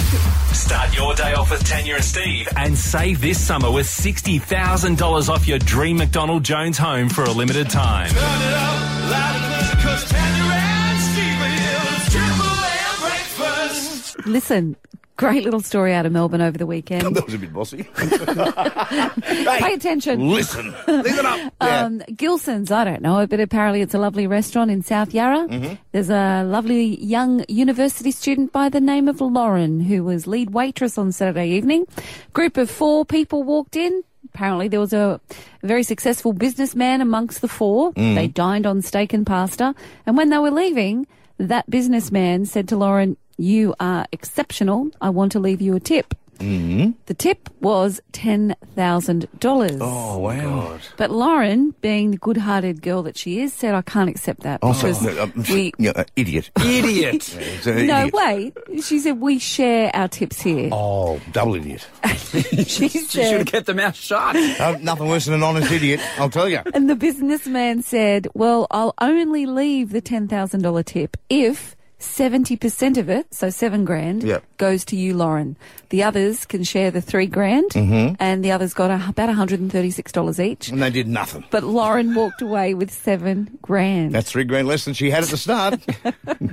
A: Start your day off with Tanya and Steve and save this summer with $60,000 off your dream McDonald Jones home for a limited time.
C: Turn it up loud and clear, 'cause Tanya and Steve are here. It's Triple M breakfast.
D: Listen, great little story out of Melbourne over the weekend.
E: was a bit bossy.
D: Pay attention.
E: Listen. Leave it up.
D: Um, Gilson's, I don't know, but apparently it's a lovely restaurant in South Yarra.
C: Mhm.
D: There's a lovely young university student by the name of Lauren who was lead waitress on Saturday evening. Group of four people walked in, apparently there was a very successful businessman amongst the four.
N: Mm.
D: They dined on steak and pasta. And when they were leaving, that businessman said to Lauren, You are exceptional. I want to leave you a tip.
E: Mm.
D: The tip was $10,000.
E: Oh, wow.
D: But Lauren, being the good hearted girl that she is, said, I can't accept that.
E: Also,
D: because
E: no, um,
D: we,
E: yeah, uh, idiot.
D: Idiot.
E: Yeah, it's an
D: no
E: idiot.
D: way. She said, We share our tips here.
E: Oh, double idiot.
D: she
F: She should have
D: said,
F: kept her mouth shut.
E: Oh, nothing worse than an honest idiot, I'll tell you.
D: and the businessman said, Well, I'll only leave the $10,000 tip if 70% of it, so seven grand,
E: Yep.
D: goes to you, Lauren. The others can share the three grand,
E: Mhm.
D: and the others got a, about $136 each.
E: And they did nothing.
D: But Lauren walked away with seven grand.
E: That's three grand less than she had at the start.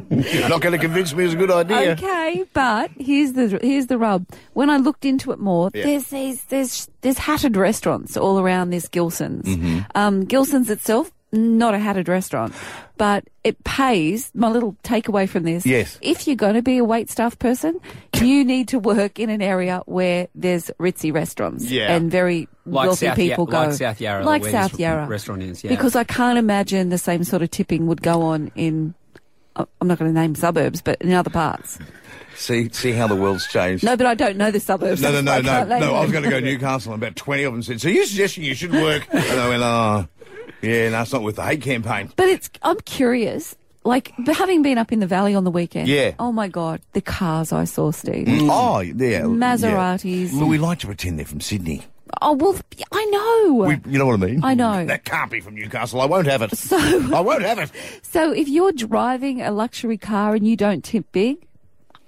E: You're not going to convince me it's a good idea.
D: Okay, but here's the here's the rub. When I looked into it more,
E: Yeah.
D: there's these there's there's hatted restaurants all around this Gilson's.
E: Mm-hmm.
D: Um, Gilson's itself, not a hatted restaurant, but it pays. My little takeaway from this,
E: Yes.
D: if you're going to be a wait staff person, you need to work in an area where there's ritzy restaurants
F: Yeah.
D: and very
F: Like
D: wealthy
F: South Ya-
D: people go,
F: like South Yarra,
D: like
F: where
D: South
F: this
D: Yarra
F: restaurant is, yeah.
D: because I can't imagine the same sort of tipping would go on in. I- I'm not going to name suburbs, but in other parts.
E: See, see how the world's changed.
D: No, but I don't know the suburbs.
E: No, no, no,
D: I
E: no,
D: can't
E: no.
D: name
E: I
D: them.
E: was going to go Newcastle, and about 20 of them said, So you're suggesting you should work? And I went, Oh, yeah, no, it's not with the hate campaign.
D: But it's. I'm curious. Like but having been up in the valley on the weekend.
E: Yeah.
D: Oh my God, the cars I saw, Steve.
F: Mm.
E: Oh, yeah.
D: Maseratis.
E: Yeah. Well, we like to pretend they're from Sydney.
D: Oh well, I know.
E: We, you know what I mean?
D: I know.
E: That can't be from Newcastle. I won't have it. I won't have it.
D: so if you're driving a luxury car and you don't tip big,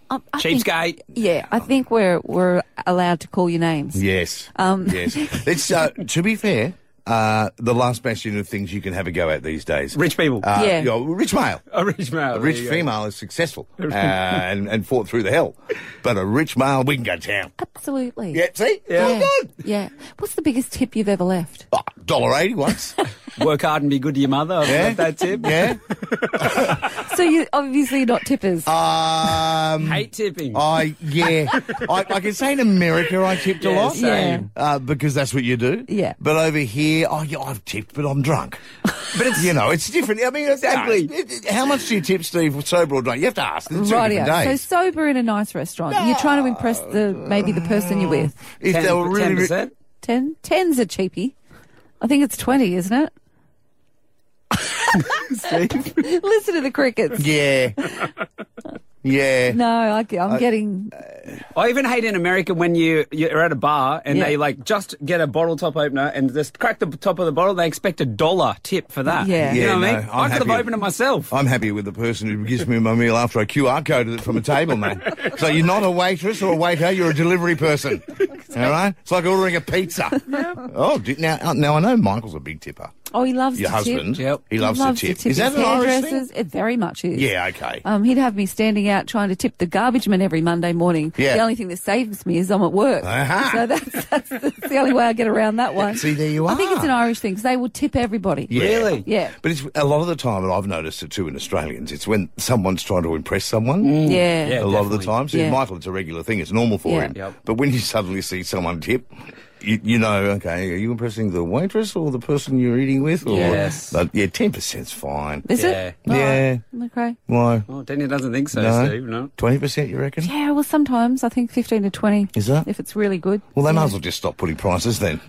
D: I, I think-
F: Cheapskate.
D: yeah, I think we're we're allowed to call your names.
E: Yes.
D: Um.
E: yes. It's, uh, to be fair, uh, the last bastion of things you can have a go at these days.
F: Rich people.
E: Uh,
F: Yeah.
E: you know, rich male.
F: A rich male.
E: A rich
F: there you go.
E: female is successful uh, and, and fought through the hell. But a rich male, we can go to town.
D: Absolutely.
E: Yeah, see?
D: Yeah.
E: Yeah.
D: yeah. What's the biggest tip you've ever left?
E: Dollar eighty once.
F: Work hard and be good to your mother. I've
E: Yeah.
F: got that tip.
E: Yeah.
D: so you obviously not tippers.
E: Oh, Um,
F: Hate tipping.
E: I yeah, I, I can say in America I tipped a
F: Yeah,
E: lot,
F: same.
E: uh, because that's what you do.
F: Yeah.
E: But over here, oh yeah, I've tipped, but I'm drunk. But it's you know, it's different. I mean, it's-
D: Exactly.
E: it- it- how much do you tip, Steve, sober or drunk? You have to ask. It's two
D: Rightio.
E: different
D: So
E: days.
D: sober in a nice restaurant. You're trying to impress the maybe the person you're with.
E: If they were really- 10%?
D: 10 10's a cheapie. I think it's 20, isn't it? Listen to the crickets.
E: yeah. yeah.
D: No, I, am
E: Uh,
F: I-
D: getting.
F: I even hate in America when you you're at a bar and
D: Yeah.
F: they like just get a bottle top opener and just crack the top of the bottle. They expect a dollar tip for that. you know what I mean.
E: no,
F: I
E: I'm
F: could have
E: happy-
F: opened it myself.
E: I'm happy with the person who gives me my meal after I QR coded it from a table, man. so you're not a waitress or a waiter, you're a delivery person. All right? It's like ordering a pizza. Oh, do, now, uh, now I know Michael's a big tipper.
D: Oh, he loves
E: Your
D: to tip.
E: husband, Yep. he loves to tip. Is
D: His
E: that an Irish thing?
D: hairdressers, It very much is.
E: Yeah, okay.
D: Um, he'd have me standing out trying to tip the garbage man every Monday morning.
E: Yeah.
D: The only thing that saves me is I'm at work.
E: Uh-huh.
D: So that's, that's, that's the only way I get around that one.
E: See, there you
D: I think it's
E: are.
D: an Irish thing because they will tip everybody.
E: Yeah.
D: Yeah.
E: But it's a lot of the time, and I've noticed it too in Australians, it's when someone's trying to impress someone.
D: Mm. Yeah. Yeah,
E: a lot of the
D: definitely.
E: time. So
D: Yeah.
E: Michael, it's a regular thing, it's normal for
D: Yeah.
E: him.
D: Yep.
E: But when you suddenly see someone tip, you, you know, okay, are you impressing the waitress or the person you're eating with? Or,
F: Yes.
E: But, yeah, 10%'s fine.
D: Is it? All right.
E: Yeah.
D: Okay.
E: Why?
F: Oh, Daniel doesn't think so,
E: No.
F: Steve. No.
E: 20%, you reckon?
D: Yeah, well, sometimes I think 15 to 20.
E: Is that?
D: If it's really good.
E: Well, they might as well just stop putting prices then.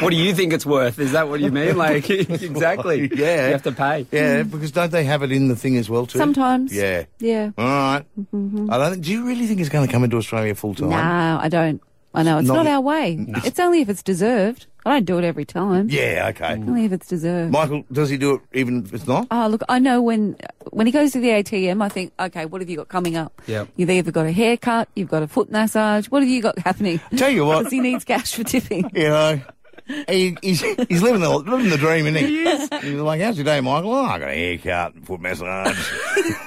F: what do you think it's worth? Is that what you mean? Like exactly.
E: Yeah.
F: You have to pay.
E: Yeah, because don't they have it in the thing as well too?
D: Sometimes.
E: Yeah.
D: Yeah.
E: All right.
D: Mhm.
E: I don't think, do you really think it's going to come into Australia full time?
D: No, I don't. I know. It's
E: Not-
D: not, our way. It's only if it's deserved. I don't do it every time.
E: Yeah, okay.
D: Only if it's deserved.
E: Michael, does he do it even if it's not?
D: Oh, look, I know when when he goes to the ATM, I think, okay, what have you got coming up?
E: Yeah.
D: You've either got a haircut, you've got a foot massage. What have you got happening?
E: Tell you what.
D: Because he needs cash for tipping.
E: You know, he, he's, he's living the living the dream, isn't he? He is. He's like, how's your day, Michael? Oh, I got a haircut and foot massage.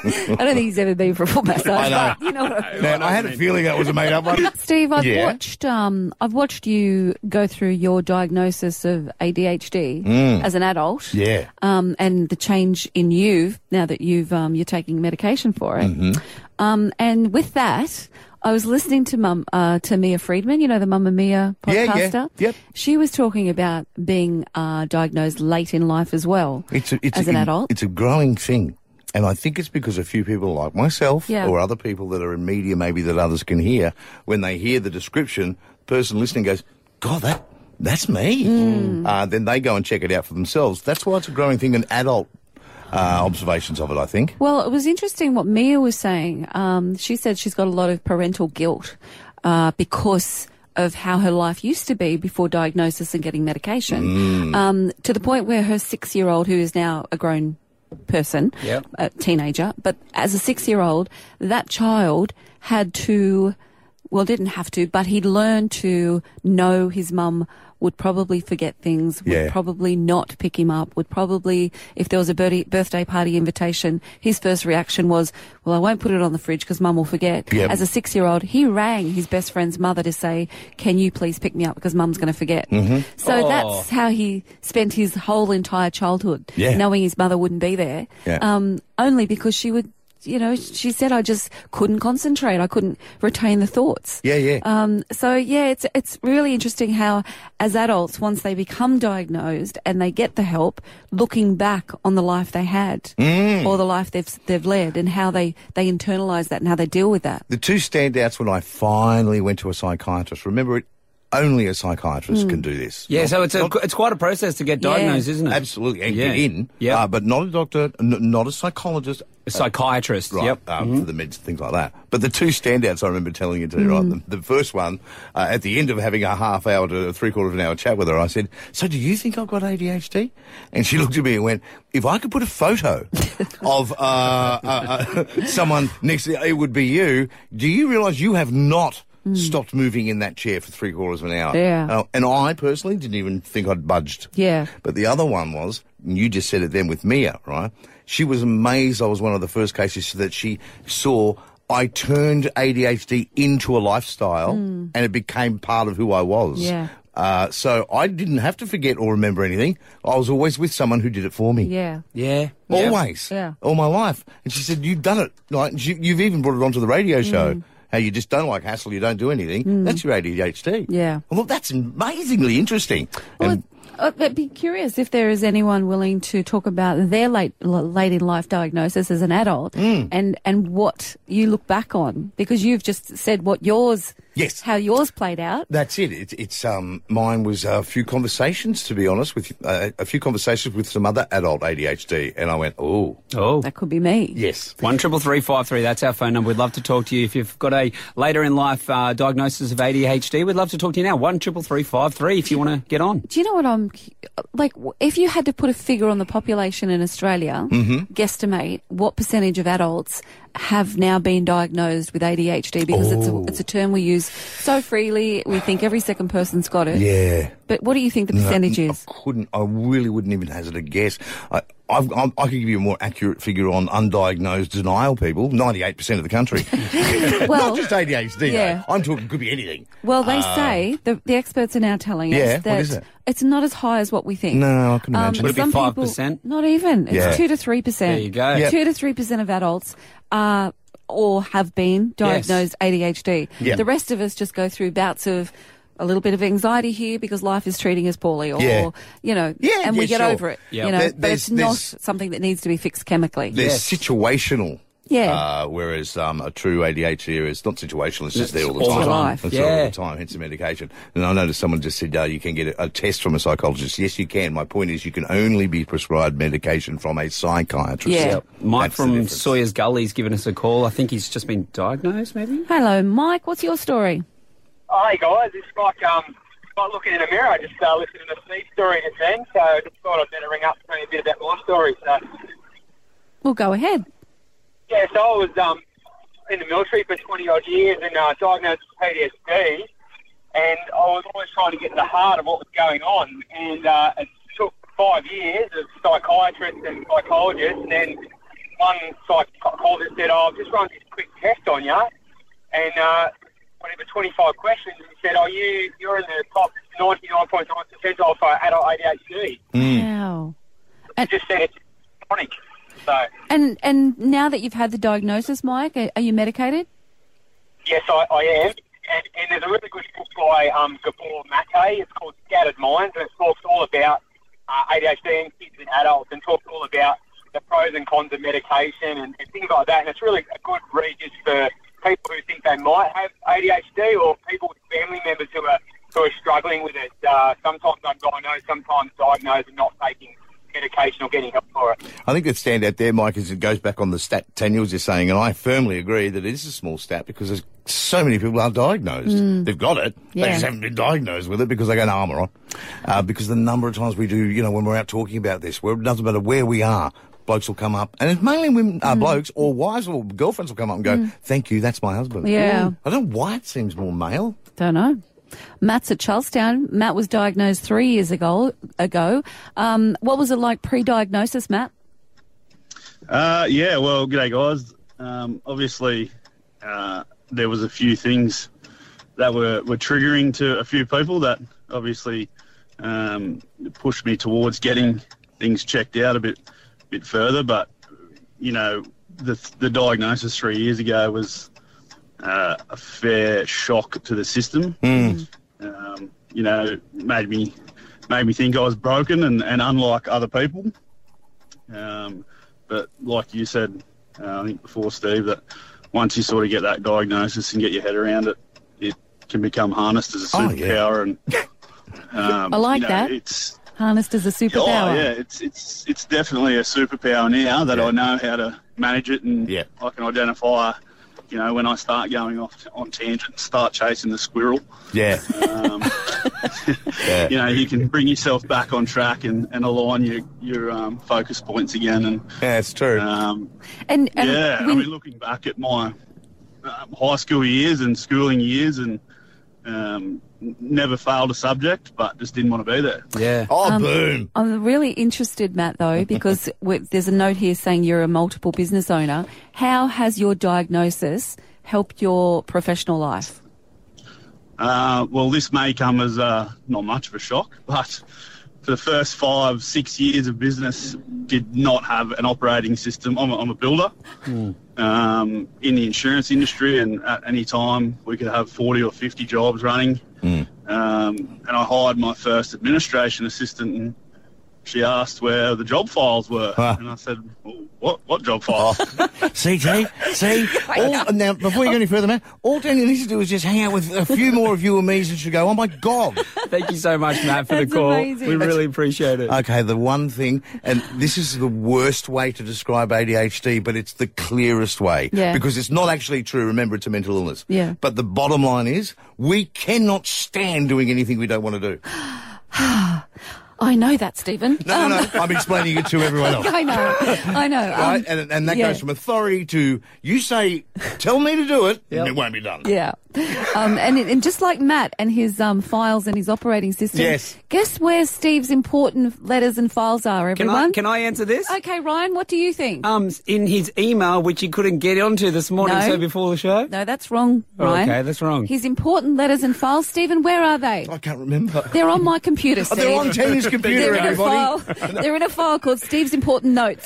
D: I don't think he's ever been for a foot massage.
E: I know.
D: but you know what I mean.
E: Man, I had a feeling that was a made up one.
D: Steve, I've
E: Yeah.
D: watched um, I've watched you go through your diagnosis of ADHD
E: Mm.
D: as an adult,
E: Yeah.
D: um, and the change in
E: Mm-hmm.
D: you now that you've um, you're taking medication for it. Um, and with that, I was listening to Mum uh, to Mia Friedman, you know the Mamma Mia
E: Yeah, yeah.
D: podcaster.
E: Yep.
D: She was talking about being uh, diagnosed late in life as well
E: It's a, it's
D: as
E: a-
D: an adult.
E: It's a growing thing. And I think it's because a few people like myself
D: Yeah.
E: or other people that are in media maybe that others can hear, when they hear the description, person listening goes, God, that that's me.
D: Mm.
E: Uh, then they go and check it out for themselves. That's why it's a growing thing in adult uh, observations of it, I think.
D: Well, it was interesting what Mia was saying. Um, she said she's got a lot of parental guilt uh, because of how her life used to be before diagnosis and getting medication,
C: Mm.
D: um, to the point where her six year old, who is now a grown person,
C: Yep.
D: a teenager, but as a six year old, that child had to, well, didn't have to, but he'd learned to know his mum would probably forget things, would
C: Yeah.
D: probably not pick him up, would probably, if there was a birdie, birthday party invitation, his first reaction was, well, I won't put it on the fridge because mum will forget.
C: Yep.
D: As a six year old, he rang his best friend's mother to say, can you please pick me up because mum's going to forget.
C: Mhm.
D: So
C: Oh.
D: that's how he spent his whole entire childhood,
C: Yeah.
D: knowing his mother wouldn't be there,
C: Yeah.
D: um, only because she would, you know, she said I just couldn't concentrate. I couldn't retain the thoughts.
E: Yeah, yeah.
D: Um, so yeah, it's it's really interesting how, as adults, once they become diagnosed and they get the help, looking back on the life they had
E: Mm.
D: or the life they've they've led and how they they internalize that and how they deal with that.
E: The two standouts when I finally went to a psychiatrist, remember it, only a psychiatrist
F: Mm.
E: can do this.
F: Yeah, so it's a, it's quite a process to get diagnosed, isn't it?
E: Absolutely, and
F: Yeah.
E: get in. Yeah, but not a doctor, n- not a psychologist, a
F: psychiatrist.
E: right?
F: yep.
E: uh, for the meds, things like that. But the two standouts I remember telling you today, right? The, the first one, uh, at the end of having a half hour to three quarter of an hour chat with her, I said, "So, do you think I've got ADHD?" And she looked at me and went, "If I could put a photo of uh, uh, uh, someone next, to it would be you. Do you realise you have not?" Stopped moving in that chair for three quarters of an hour.
D: Yeah.
E: And I- and I personally didn't even think I'd budged.
D: Yeah.
E: But the other one was, and you just said it then with Mia, right? She was amazed I was one of the first cases that she saw I turned ADHD into a lifestyle
C: Mm.
E: and it became part of who I was.
D: Hmm. Yeah.
E: Uh, so I didn't have to forget or remember anything. I was always with someone who did it for me.
D: Yeah.
F: Yeah.
E: Always.
D: Yeah.
E: All my life. And she said, You've done it. Like, you, you've even brought it onto the radio show.
D: Mm.
E: How you just don't like hassle, you don't do anything.
D: Mm.
E: That's your ADHD.
D: Yeah.
E: Well, that's amazingly interesting. and
D: Uh, I'd be curious if there is anyone willing to talk about their late l- late in life diagnosis as an adult,
E: Mm.
D: and and what you look back on because you've just said what yours,
E: yes,
D: how yours played out.
E: That's it. It's it's um mine was a few conversations to be honest with uh, a few conversations with some other adult ADHD, and I went, oh,
F: oh,
D: that could be me.
E: Yes,
F: one triple three five three. That's our phone number. We'd love to talk to you if you've got a later in life uh, diagnosis of ADHD. We'd love to talk to you now. One triple three five three. If you want to get on.
D: Do you know what I'm like? w- If you had to put a figure on the population in Australia,
F: Mhm.
E: Mm-hmm.
D: guesstimate what percentage of adults have now been diagnosed with ADHD because it's
E: Oh.
D: a, it's a term we use so freely. We think every second person's got it.
E: yeah.
D: But what do you think the
E: No,
D: percentage
E: n-
D: is?
E: I couldn't. I really wouldn't even hazard a guess. I I've, I'm, I could give you a more accurate figure on undiagnosed denial people. Ninety eight percent of the country.
D: Well,
E: not just ADHD. though.
D: yeah.
E: I'm talking. Could be anything.
D: Well, they
E: Uh,
D: say the, the experts are now telling
E: Yeah,
D: us
E: what
D: that
E: is it?
D: it's not as high as what we think. Um,
E: No, I can imagine. Would it be
D: some people-
E: 5%?
D: Not even. It's
E: Yeah.
D: two to three percent.
E: There you go. Yep.
D: Two to three percent of adults are or have been diagnosed ADHD.
C: Yep.
D: The rest of us just go through bouts of a little bit of anxiety here because life is treating us poorly, or,
E: Yeah.
D: you know,
C: Yeah,
D: and we
C: yeah,
D: get
C: sure.
D: over it.
E: Yeah.
D: You know,
E: There-
D: but it's
E: there's-
D: not
E: there's-
D: something that needs to be fixed chemically.
E: They're situational.
D: Yeah.
E: Uh, whereas um, a true ADHD is not situational; it's just there all the
D: All
E: time.
D: the life,
E: It's
D: yeah.
E: all the time. Hence the medication. And I noticed someone just said, uh, "You can get a, a test from a psychologist." Yes, you can. My point is, you can only be prescribed medication from a psychiatrist.
F: Mike
E: That's the
F: from
E: difference.
F: Sawyer's Gully's given us a call. I think he's just been diagnosed, maybe.
D: Hello, Mike. What's your story?
N: Hey guys, it's like um, not looking in a mirror. I just uh, listening to Steve's story just then, so I just thought I'd better ring up and tell you a bit about my story. So
D: Well, go ahead.
N: yeah, so I was um in the military for twenty odd years and uh, diagnosed with PTSD, and I was always trying to get to the heart of what was going on, and uh, it took five years of psychiatrists and psychologists, and then one psychologist said, "Oh, I've just run this quick test on you," and uh, whatever, 25 questions, and said, "Oh, you you're in the top 99.9 percentile for uh, adult ADHD."
E: Mm.
D: Wow.
N: And just said it's chronic. So
D: And and now that you've had the diagnosis, Mike, are, are you medicated?
N: Yes, I, I am. And, and there's a really good book by um, Gabor Mate. It's called Scattered Minds, and it talks all about uh, ADHD in kids and adults and talks all about the pros and cons of medication and, and things like that. And it's really a good read just for people who think they might have ADHD or people with family members who are, who are struggling with it, uh, sometimes undiagnosed, sometimes diagnosed and not taking medication or getting help for it.
E: I think the standout there, Mike, is it goes back on the stat Daniel's just saying, and I firmly agree that it is a small stat because there's so many people are diagnosed.
C: Mm.
E: They've got it. They
C: Yeah.
E: just haven't been diagnosed with it because they go, no, I'm all right. Uh, because the number of times we do, you know, when we're out talking about this, where it doesn't matter where we are, blokes will come up, and it's mainly women, uh, blokes or wives or girlfriends will come up and go,
D: Mm.
E: thank you, that's my husband.
D: Yeah.
E: I don't know why it seems more male.
D: Don't know. Matt's at Charlestown. Matt was diagnosed three years ago. Ago, um, what was it like pre-diagnosis, Matt?
O: Uh, yeah, well, g'day guys. Um, obviously, uh, there was a few things that were, were triggering to a few people that obviously um, pushed me towards getting things checked out a bit bit further. But you know, the the diagnosis three years ago was uh, a fair shock to the system. Um, you know, made me made me think I was broken and, and unlike other people. Um, but like you said, uh, I think before Steve, that once you sort of get that diagnosis and get your head around it, it can become harnessed as a
D: Oh,
O: superpower. And um,
D: I like
O: you know,
D: that.
O: It's
D: Harnessed as a superpower.
O: Oh, yeah, it's it's it's definitely a superpower now that I know how to manage it, and I can identify. You know, when I start going off t- on tangent, and start chasing the squirrel.
E: Yeah.
O: Um, You know, you can bring yourself back on track and, and align your your um, focus points again. And
E: yeah, it's true.
D: Uh,
O: Um,
D: and,
E: and
O: yeah, I
E: when-
O: mean, looking back at my um, high school years and schooling years, and um, n- never failed a subject, but just didn't want to be there.
F: Yeah.
E: Oh,
D: Um, I'm really interested, Matt, though, because w- there's a note here saying you're a multiple business owner. How has your diagnosis helped your professional life?
O: Uh, well, this may come as uh, not much of a shock, but for the first five, six years of business, did not have an operating system. I'm a, I'm a builder um, in the insurance industry, and at any time we could have 40 or 50 jobs running. Um, and I hired my first administration assistant, and she asked where the job files were,
E: Ah.
O: and I said, well, "What what job files?"
E: CJ, see, all, now before you go any further, man, all Daniel needs to do is just hang out with a few more of you and me, and she'll go, "Oh my god!"
F: Thank you so much, Matt, for the
E: That's
F: call.
E: amazing.
F: We
E: That's-
F: really appreciate it.
E: Okay, the one thing, and this is the worst way to describe ADHD, but it's the clearest way
C: Yeah.
E: because it's not actually true. Remember, it's a mental illness.
C: Yeah.
E: But the bottom line is, we cannot stand doing anything we don't want to do.
D: I know that, Stephen. Um,
E: No, no, no. I'm explaining it to everyone else.
D: I know. I know. Um,
E: Right, and, and that
D: yeah.
E: goes from authority to you say, tell me to do it, and it won't be done.
D: Yeah. Um, and, it- and just like Matt and his um, files and his operating system,
E: Yes.
D: guess where Steve's important letters and files are,
F: Can
D: everyone?
F: I, can I answer this?
D: Okay, Ryan, what do you think?
F: Um, in his email, which he couldn't get onto this morning,
D: No.
F: so before the show.
D: no, that's wrong,
F: Oh,
D: Ryan.
F: okay, that's wrong.
D: His important letters and files, Stephen, where are they?
E: I can't remember.
D: They're on my computer,
E: Oh,
D: Steve.
E: they're on Tina's computer,
D: they're in
E: everybody.
D: A file, they're in a file called Steve's Important Notes.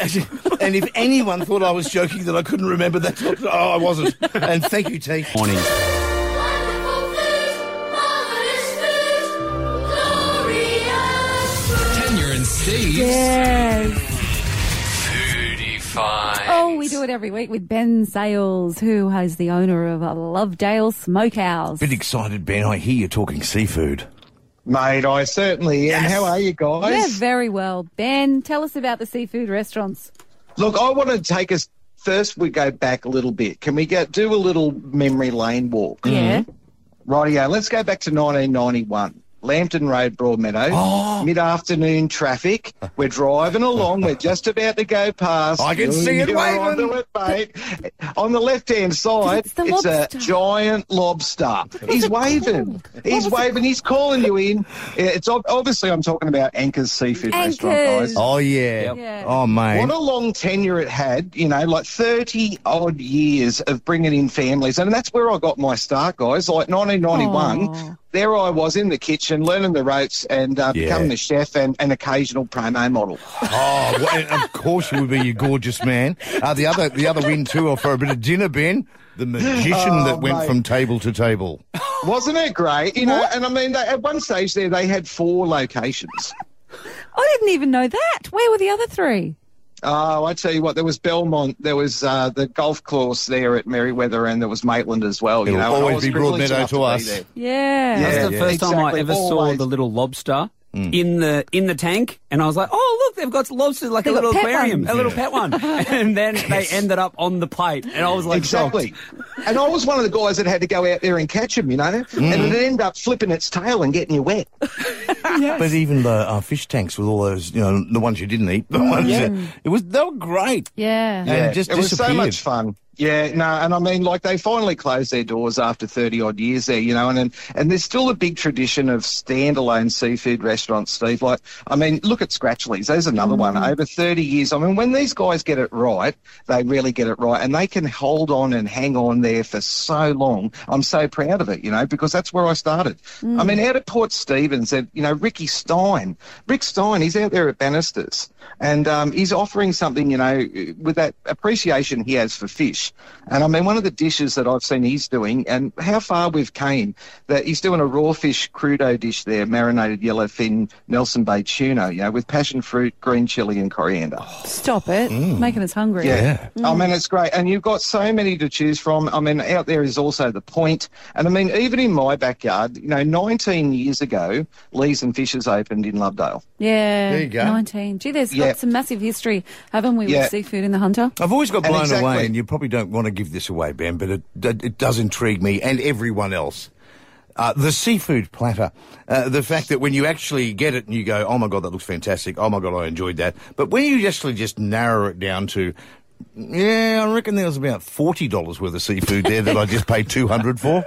E: and if anyone thought I was joking that I couldn't remember that, oh, I wasn't. And thank you, T. Morning.
C: Tenure and Steve's.
D: Yes.
C: Foodie Five.
D: Oh, we do it every week with Ben Sales, who is the owner of a Lovedale Smokehouse.
E: Bit excited, Ben. I hear you talking seafood.
P: Mate, I certainly am. How are you
D: Yeah,
P: guys?
D: very well. Ben, tell us about the seafood restaurants.
P: Look, I want to take us first. We go back a little bit. Can we get do a little memory lane walk?
D: Yeah.
P: Rightio. Let's go back to 1991. Lambton Road, Broadmeadow. Mid afternoon traffic. We're driving along. We're just about to go past.
C: I can see it
P: You're
C: waving.
P: onto it, mate. On the left hand side,
C: It's
P: it's,
C: the
P: a
C: lobster.
P: giant lobster. He's waving. He's waving. He's calling you in. It's ob- obviously, I'm talking about Anchor's Seafood Restaurant, guys.
E: Oh, yeah. Oh, mate.
P: What a long tenure it had, you know, like 30 odd Oh, years of bringing in families. And that's where I got my start, guys. Like 1991, there I was in the kitchen learning the ropes and uh,
E: Yeah.
P: becoming a chef and an occasional promo model.
E: Oh, well, and of course you would be, you gorgeous man. Uh, the other, the other win too, or for a bit of dinner, Ben, the magician
P: Oh,
E: that went
P: mate.
E: from table to table.
P: Wasn't it great? You know, and I mean, they, at one stage there, they had four locations.
D: I didn't even know that. Where were the other three?
P: Oh, I tell you what, there was Belmont, there was uh, the golf course there at Merriweather, and there was Maitland as well. you
E: It'll
P: know, and I
E: always
P: was
E: be
P: privileged
E: Broadmeadow
P: enough
E: to
P: be
E: us.
P: there.
D: Yeah.
F: That's
P: Yeah,
F: the
P: yeah.
F: first time I
P: Exactly,
F: ever saw
P: always.
F: the little lobster in the in the tank, and I was like, "Oh, look, they've got lobsters like
D: They've
F: a
D: got
F: little
D: pet
F: aquarium,
D: ones."
F: a little
D: Yeah.
F: pet one." And then they ended up on the plate, and I was like, shocked.
P: exactly. and I was one of the guys that had to go out there and catch him, you know, and
F: Mm.
P: it'd end up flipping its tail and getting you wet.
E: But even the uh, fish tanks with all those, you know, the ones you didn't eat, the ones
P: Yeah.
E: that, it was they were great.
D: Yeah.
E: And it just
P: it was so
E: disappeared.
P: much fun. Yeah, no, and I mean, like they finally closed their doors after thirty odd years there, you know, and and, and there's still a big tradition of standalone seafood restaurants, Steve. Like, I mean, look at Scratchley's. There's another one
E: Mm.
P: over thirty years. I mean, when these guys get it right, they really get it right, and they can hold on and hang on there for so long. I'm so proud of it, you know, because that's where I started.
E: Mm.
P: I mean, out at Port Stevens, that you know, Ricky Stein, Rick Stein, he's out there at Bannisters, and um, he's offering something, you know, with that appreciation he has for fish. And I mean, one of the dishes that I've seen he's doing, and how far we've came, that he's doing a raw fish crudo dish there, marinated yellowfin Nelson Bay tuna, you know, with passion fruit, green chili, and coriander.
D: Stop it. Making us hungry.
P: Mm. Yeah. I
D: Mm.
P: mean, it's great. And you've got so many to choose from. I mean, out there is also the point. And I mean, even in my backyard, you know, 19 years ago, Lees and Fishers opened in Lovedale.
D: Yeah.
P: There you go.
D: 19. Gee, there's
P: Yeah.
D: got some massive history, haven't we,
E: Yeah.
D: with seafood in the hunter?
E: I've always got
D: And
E: blown
D: exactly-
E: away, and you probably don't want to give this away, Ben, but it, it it does intrigue me and everyone else. Uh, the seafood platter. Uh, the fact that when you actually get it and you go, oh my God, that looks fantastic. Oh my God, I enjoyed that. But when you actually just narrow it down to, yeah, I reckon there was about $40 worth of seafood there that I just paid 200 for.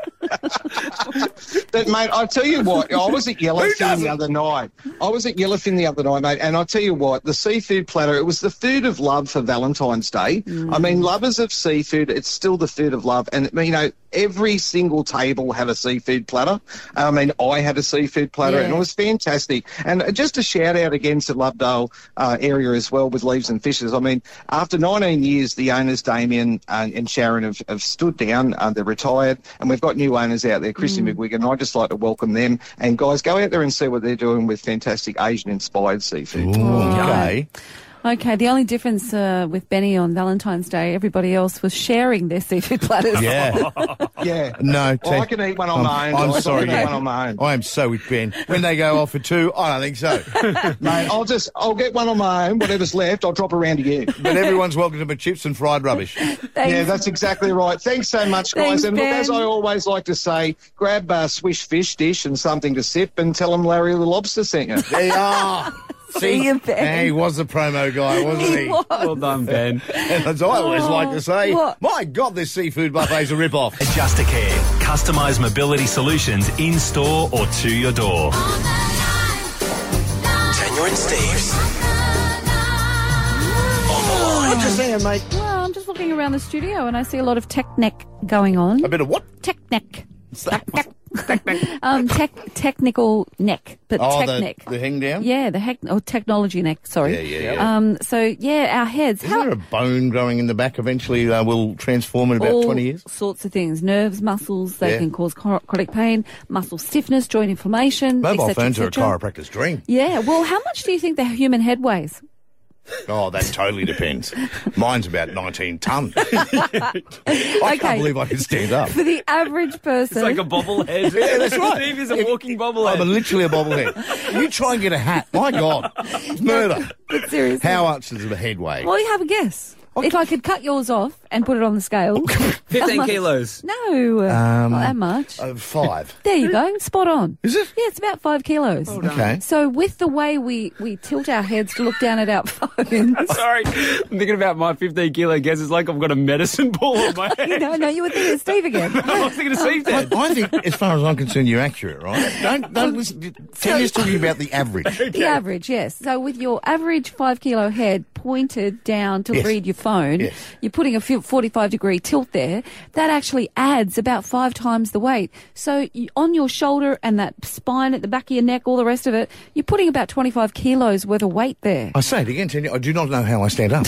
P: But mate, I tell you what, I was at Yellowfin
E: doesn't?
P: the other night. I was at Yellowfin the other night, mate, and I tell you what, the seafood platter, it was the food of love for Valentine's Day. I mean, lovers of seafood, it's still the food of love. And you know, every single table had a seafood platter. I mean, I had a seafood platter and it
Q: Yeah.
P: was fantastic. And just a shout out again to Lovedale uh, area as well with Leaves and Fishes. I mean, after 19 years, the owners, Damien uh, and Sharon, have, have stood down. Uh, they're retired. And we've got new owners out there, Christy
R: Mm.
P: McGuigan. I'd just like to welcome them. And guys, go out there and see what they're doing with fantastic Asian inspired seafood.
D: okay. Okay, the only difference uh, with Benny on Valentine's Day, everybody else was sharing their seafood platters.
E: Yeah.
P: yeah.
E: No,
P: Well, I
E: Ted,
P: can eat one on my
E: I'm-
P: own, guys. I
E: I'm
P: can
E: sorry,
P: eat
E: yeah.
P: one on my own.
E: I am so with Ben. When they go off for two, I don't think so.
P: Mate, I'll just, I'll get one on my own. Whatever's left, I'll drop around to you.
E: But everyone's welcome to my chips and fried rubbish.
P: Yeah, that's exactly right. Thanks so much, guys.
E: Thanks,
P: and look,
E: Ben.
P: as I always like to say, grab a swish fish dish and something to sip and tell them Larry the Lobster sent you.
E: There you are.
P: See you, Ben.
E: Yeah, he was the promo guy, wasn't he?
P: He was.
E: Well
F: done, Ben.
E: and as I always
A: Oh,
E: like to say,
A: what?
E: my God, this seafood buffet's a rip-off.
A: Adjustacare. Customised mobility solutions in store or to your door.
B: Tanya and Steve's. On the line.
P: saying, mate.
D: Well, I'm just looking around the studio and I see a lot of tech neck going on. A
P: Um,
E: bit of what?
D: Tech neck. um, tech, technical neck, but
E: oh,
D: tech
E: the,
D: neck.
E: the hang down?
D: Yeah, the heck, or technology neck. Sorry.
E: Yeah, yeah, yeah.
D: Um, so yeah, our heads.
E: Is there a bone growing in the back eventually uh, will transform in about
D: all
E: 20 years?
D: sorts of things, nerves, muscles. They
E: Yeah.
D: can cause chro- chronic pain, muscle stiffness, joint inflammation.
E: Mobile
D: et cetera,
E: phones
D: et
E: are a
D: cetera.
E: chiropractor's dream.
D: Yeah. Well, how much do you think the human head weighs?
E: Oh, that totally depends. Mine's about 19 tonne. I can't believe I can stand up.
D: For the average person,
F: It's like a bobblehead.
E: Yeah, that's right.
F: Steve is a walking bobblehead.
E: I'm a- literally a bobblehead. you try and get a hat. My God. It's murder.
D: But seriously.
E: How much is a head weigh?
D: Well, you have a guess. If I could cut yours off and put it on the scale,
F: 15
D: how much-
F: kilos.
D: No, uh,
E: Um,
D: not that much.
E: Uh, five.
D: There you go, spot on.
E: Is it?
D: Yeah, it's about five kilos.
E: done. Okay.
D: So with the way we we tilt our heads to look down at our phones.
F: Sorry, I'm thinking about my 15 kilo guess. It's like I've got a medicine ball on my head.
D: no, no, you were thinking of Steve again.
F: I was thinking of Steve
E: I,
F: then.
E: I think, as far as I'm concerned, you're accurate, right? Don't don't listen. Tanya's talking about the average.
D: The average, yes. So with your average five kilo head pointed down to
E: Yes.
D: read your phone, you're putting a few- 45 degree tilt there. That actually adds about five times the weight. So you, on your shoulder and that spine at the back of your neck, all the rest of it, you're putting about 25 kilos worth of weight there.
E: I say it again, Tanya, I do not know how I stand up.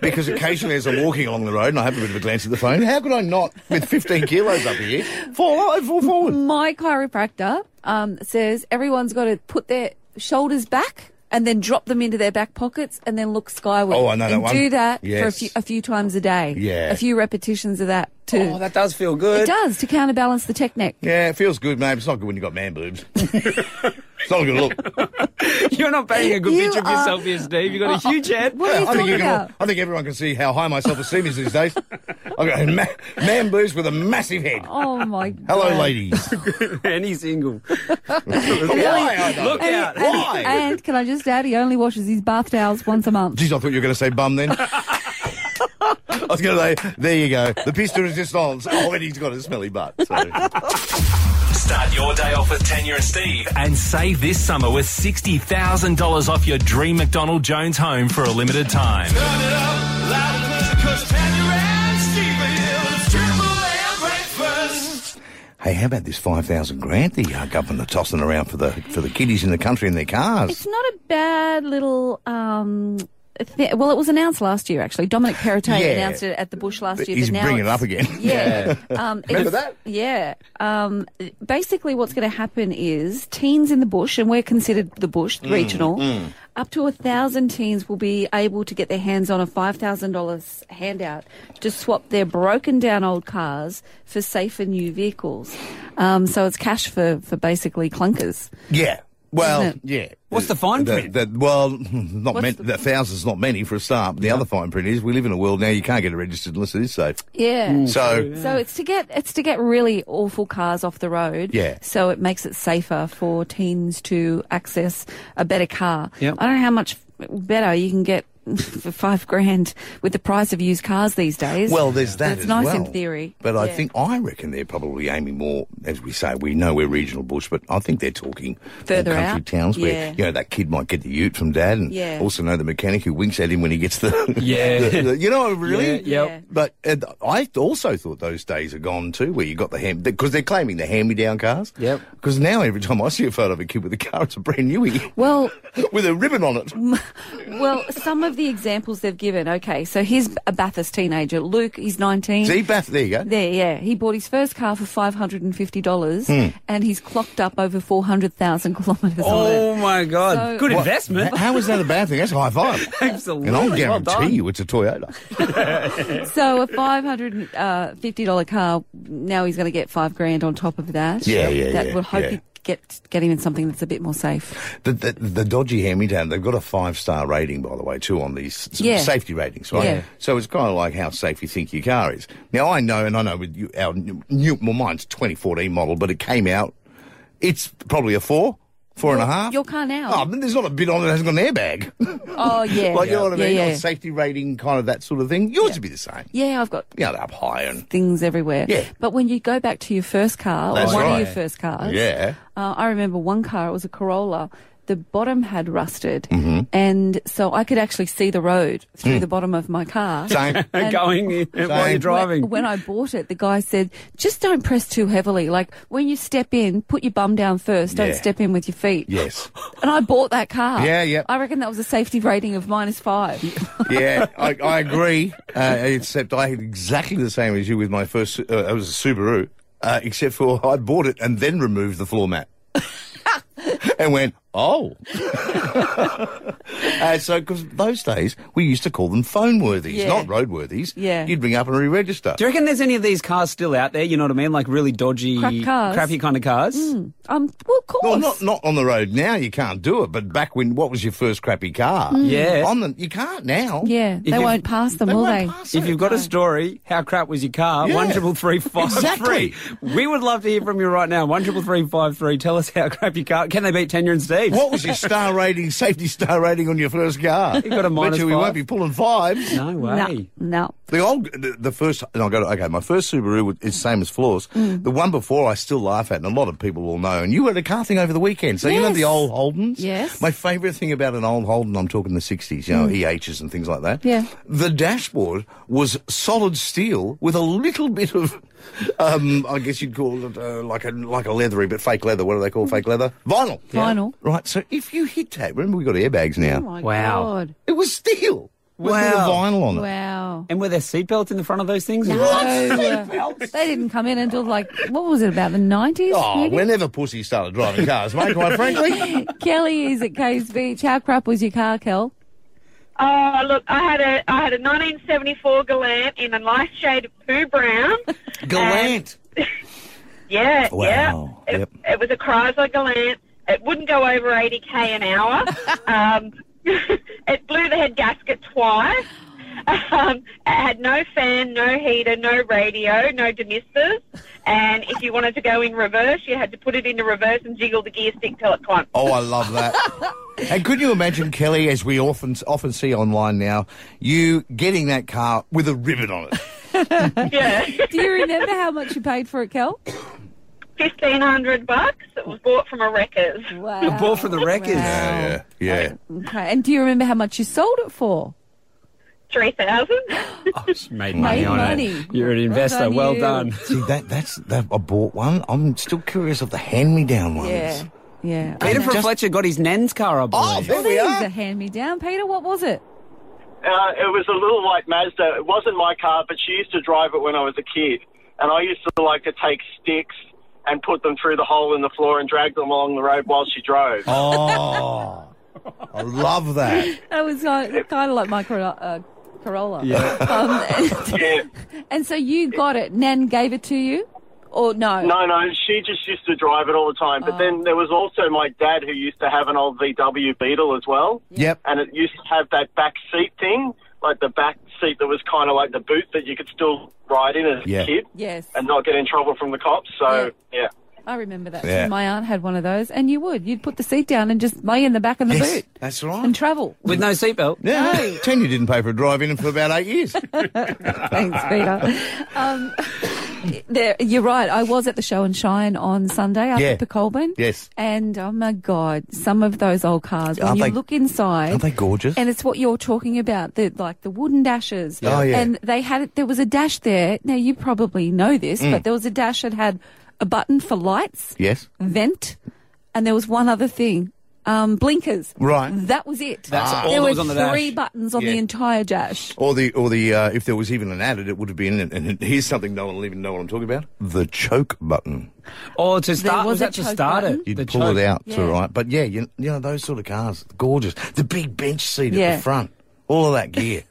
E: because occasionally as I'm walking along the road and I have a bit of a glance at the phone, how could I not, with 15 kilos up here, fall over, fall forward?
D: My chiropractor um, says everyone's got to put their shoulders back and then drop them into their back pockets and then look skyward.
F: Oh, I know
D: and
F: that one.
D: Do that for a
F: Yes.
D: few, a few times a day.
E: Yeah.
D: A few repetitions of that too.
F: Oh, that does feel good.
D: It does to counterbalance the technique.
E: Yeah, it feels good, mate. It's not good when you've got man boobs. it's not a good look.
F: You're not painting a good
E: You
F: picture of
E: are-
F: yourself here, Steve. You've got a
E: Uh,
F: huge head.
E: Yeah, I think you can all- I think everyone can see how high my self-esteem is these days. I've got a ma- man boobs with a massive head.
D: Oh my god.
E: Hello, ladies.
F: and he's single.
E: Look
D: and,
E: out.
D: and-
E: Why?
D: and can I just add, he only washes his bath towels once a month.
E: Jeez, I thought you were going to say bum then. I was going to say, there you go. The piece de resistance. Oh, and he's got a smelly butt. So.
A: Start your day off with Tanya and Steve and save this summer with $60,000 off your dream McDonald Jones home for a limited time.
C: Turn it up loud and clear, 'cause Tanya and Steve are here with Triple M Breakfast.
E: Hey, how about this five thousand grand that your government are tossing around for the for the kiddies in the country in their cars?
D: It's not a bad little. Um, thi- well, it was announced last year, actually. Dominic Perrottet
E: Yeah.
D: announced it at the Bush last year.
E: He's
D: but now
E: bringing it
D: it's-
E: up again.
D: Yeah. Um,
E: Remember
D: it's-
E: that?
D: Yeah. Um, basically, what's going to happen is teens in the bush, and we're considered the bush,
C: Mm,
D: regional,
C: mm.
D: up to a thousand teens will be able to get their hands on a $5,000 handout to swap their broken down old cars for safer new vehicles. Um, so it's cash for, for basically clunkers.
E: Yeah. Well,
D: Isn't
E: yeah.
F: What's the fine print?
E: The, well, not
D: What's
E: many,
D: the-
E: the thousands, not many for a start. But the other fine print is we live in a world now you can't get it registered unless it is safe.
D: Yeah.
E: So,
D: So it's to get it's to get really awful cars off the road.
E: Yeah.
D: So it makes it safer for teens to access a better car.
C: Yep.
D: I don't know how much better you can get for five grand with the price of used cars these days.
E: well, there's that
D: It's
E: as
D: nice
E: well.
D: in theory,
E: But I
D: Yeah.
E: think I reckon they're probably aiming more, as we say, we know we're regional bush, but I think they're talking more
D: Further
E: country
D: out?
E: towns where
D: Yeah.
E: you know that kid might get the Ute from dad, and
D: Yeah.
E: also know the mechanic who winks at him when he gets the
F: Yeah.
E: the- the- you know, really,
F: Yeah, yep. Yeah.
E: But uh, I also thought those days are gone too, where you got the hand because they're claiming the hand-me-down cars. Yep. Because now every time I see a photo of a kid with a car, it's a brand newie.
D: Well,
E: with a ribbon on it.
D: Mm. Well, some of the examples they've given. Okay, so here's a Bathurst teenager, Luke. He's 19.
E: See, Bath, there you go.
D: There, yeah. He bought his first car for $550
E: Hmm.
D: and he's clocked up over 400,000 kilometres on it.
F: Oh my god!
D: So-
F: Good
D: What-
F: investment.
E: How is that a bad thing? That's a high five.
F: Absolutely.
E: And I'll
F: Well
E: guarantee
F: done.
E: you it's a Toyota.
D: so a five hundred and fifty dollar car. Now he's going to get five grand on top of that.
E: Yeah, yeah,
D: That
E: yeah,
D: will hope
E: yeah.
D: he get get him in something that's a bit more safe.
E: The, the, the dodgy hand-me-down, they've got a five-star rating, by the way, too, on these s-
D: Yeah.
E: safety ratings, right?
D: Yeah.
E: So it's kind of like how safe you think your car is. Now, I know, and I know with you, our n- new, well, mine's 2014 model, but it came out, it's probably a four, four and a half.
D: Your car now.
E: Oh, but there's not a bit on it that hasn't got an airbag.
D: Oh, yeah.
E: like, you know what I
D: Yeah,
E: mean?
D: yeah.
E: Or safety rating, kind of that sort of thing. Yours would be the same.
D: Yeah, I've got
E: You know, they're up high and...
D: things everywhere.
E: Yeah.
D: But when you go back to your first car,
E: That's
D: or one
E: right.
D: of your first cars,
E: Yeah.
D: uh, I remember one car, it was a Corolla, the bottom had rusted.
E: Mm-hmm.
D: And so I could actually see the road through
E: Hmm.
F: Mm.
D: the bottom of my car. And
F: going in while you're driving.
D: When, when I bought it, the guy said, just don't press too heavily. Like, when you step in, put your bum down first. Don't
E: Yeah.
D: step in with your feet.
E: Yes.
D: And I bought that car.
E: Yeah, yeah.
D: I reckon that was a safety rating of minus five.
E: yeah, I, I agree. Uh, except I had exactly the same as you with my first. Uh, it was a Subaru, uh, except for I bought it and then removed the floor mat. and went, oh. uh, so, because those days we used to call them phone worthies,
F: Yeah.
E: not roadworthies.
F: Yeah.
E: You'd ring up and re register.
F: Do you reckon there's any of these cars still out there? You know what I mean? Like really dodgy,
D: Crap cars.
F: crappy kind of cars.
D: Um, well, of course.
E: Well, not, not on the road now, you can't do it, but back when, what was your first crappy car?
D: Mm. Yeah.
E: On the, you can't now.
D: Yeah, they
F: you-
D: won't pass them, will they?
F: If you've got a story, how crap was your car?
D: Yeah.
F: One triple three five
D: Exactly.
F: three. We would love to hear from you right now. One triple three five three. Tell us how crap your car. Can they beat Tenure and Steve? leaves.
E: What was your star rating, safety star rating on your first car?
F: He got a minus
E: Bet you we
F: five.
E: won't be pulling fives.
F: No
E: way.
D: No.
E: The old, the, the first, and I'll go to, okay, my first Subaru was- is same as Floor's.
D: Mm.
E: The one before I still laugh at, and a lot of people will know. And you had a car thing over the weekend. So you know the
D: Yes.
E: old Holdens?
D: Yes. Mm.
E: My favourite thing about an old Holden, I'm talking the 60s, you know, EHs and things like that.
D: Yeah.
E: The dashboard was solid steel with a little bit of, um, I guess you'd call it uh, like a like a leathery, but fake leather. What do they call fake leather? Vinyl.
D: Vinyl.
E: Right. So if you hit that, remember we've got airbags now.
D: Oh my Wow. God.
E: It was steel. With a little vinyl on it.
D: Wow.
F: And were there seatbelts in the front of those things?
D: No, uh, they didn't come in until like what was it about the nineties?
E: Oh, whenever pussy started driving cars, mate, quite frankly.
D: Kelly is at Caves Beach. How crap was your car, Kel?
R: Oh, look, I had a I had a 1974 Galant in a nice shade of poo brown.
E: Galant.
R: Yeah,
E: Wow.
R: yeah. It, it was a Chrysler Galant. It wouldn't go over 80k an hour. um, it blew the head gasket twice. Um, it had no fan, no heater, no radio, no demisters. And if you wanted to go in reverse, you had to put it into reverse and jiggle the gear stick till it climbed.
E: Oh, I love that. and could you imagine, Kelly, as we often often see online now, you getting that car with a ribbon on it?
D: Do you remember how much you paid for it, Kel?
R: Fifteen hundred bucks. It was bought from a wreckers.
D: Wow.
F: Bought from the wreckers.
E: Yeah, yeah, yeah.
D: Okay. And do you remember how much you sold it for?
R: Three thousand.
F: Made
D: money Made on it.
F: money. You're an investor. Well done.
E: See that that's that, I bought one. I'm still curious of the hand-me-down ones.
D: Yeah.
F: Peter
D: I know.
F: from Fletcher got his nan's car, I believe.
D: Well, there was a hand me down. Peter, what was it?
S: Uh, it was a little white Mazda. It wasn't my car, but she used to drive it when I was a kid. And I used to like to take sticks and put them through the hole in the floor and drag them along the road while she drove.
E: Oh, I love that.
D: That was kind of, kind of like my Coro- uh, Corolla. Um, and, and so you got it. Nan gave it to you? Or no?
S: No, no, she just used to drive it all the time. But then there was also my dad who used to have an old VW Beetle as well.
E: Yep.
S: And it used to have that back seat thing, like the back seat that was kind of like the boot that you could still ride in as
E: Yeah.
S: a kid
D: Yes.
S: and not get in trouble from the cops. So, yeah.
D: I remember that.
S: Yeah.
D: too. My aunt had one of those, and you would. You'd put the seat down and just lay in the back of the boot
E: That's right.
D: and travel.
F: With no seatbelt.
E: Yeah. Tanya didn't pay for a drive in for about eight years.
D: Thanks, Peter. Um, there, you're right. I was at the show and shine on Sunday up
E: Yeah.
D: at the Colburn.
E: Yes.
D: And oh my God, some of those old cars, when
E: Aren't
D: you
E: they-
D: look inside.
E: aren't they gorgeous?
D: And it's what you're talking about, the, like the wooden dashes.
E: Yeah. Oh, yeah.
D: And they had it, there was a dash there. Now, you probably know this,
E: Mm.
D: but there was a dash that had a button for lights,
E: yes.
D: vent, and there was one other thing. Um, blinkers.
E: Right.
D: That was it.
E: That's all
D: there
E: that
D: were
E: was on the dash.
D: three buttons on
E: Yeah.
D: the entire dash.
E: Or the or the uh, if there was even an added, it would have been. And, and here's something no one will even know what I'm talking about: the choke button.
F: Or Oh, to
D: There
F: start, was
D: was a
F: that to
D: choke
F: start
D: button.
F: it?
E: You'd
F: The
E: pull
F: choke.
E: it out to
F: Yeah.
E: right, but yeah, you, you know those sort of cars, gorgeous. The big bench seat at
F: Yeah.
E: the front, all of that gear.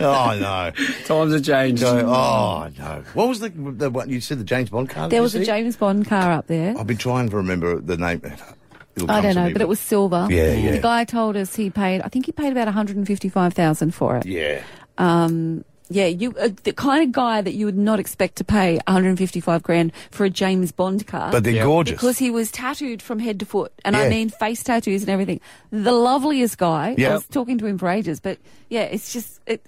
E: oh no,
F: times have changed.
E: oh no, what was the, the what you said the James Bond car? that
D: There
E: you
D: was a
E: see? Oh,
D: James Bond car up there.
E: I've been trying to remember the name. It'll
D: I
E: come
D: don't
E: to
D: know,
E: me,
D: but it was silver.
E: Yeah, yeah.
D: The guy told us he paid. I think he paid about one hundred and fifty-five thousand for it.
E: Yeah.
D: Um, yeah, you uh, the kind of guy that you would not expect to pay one hundred and fifty-five grand for a James Bond car.
E: But they're Yeah. gorgeous.
D: Uh, because he was tattooed from head to foot, and
E: Yeah.
D: I mean face tattoos and everything. The loveliest guy.
E: Yeah.
D: I was talking to him for ages, but yeah, it's just it,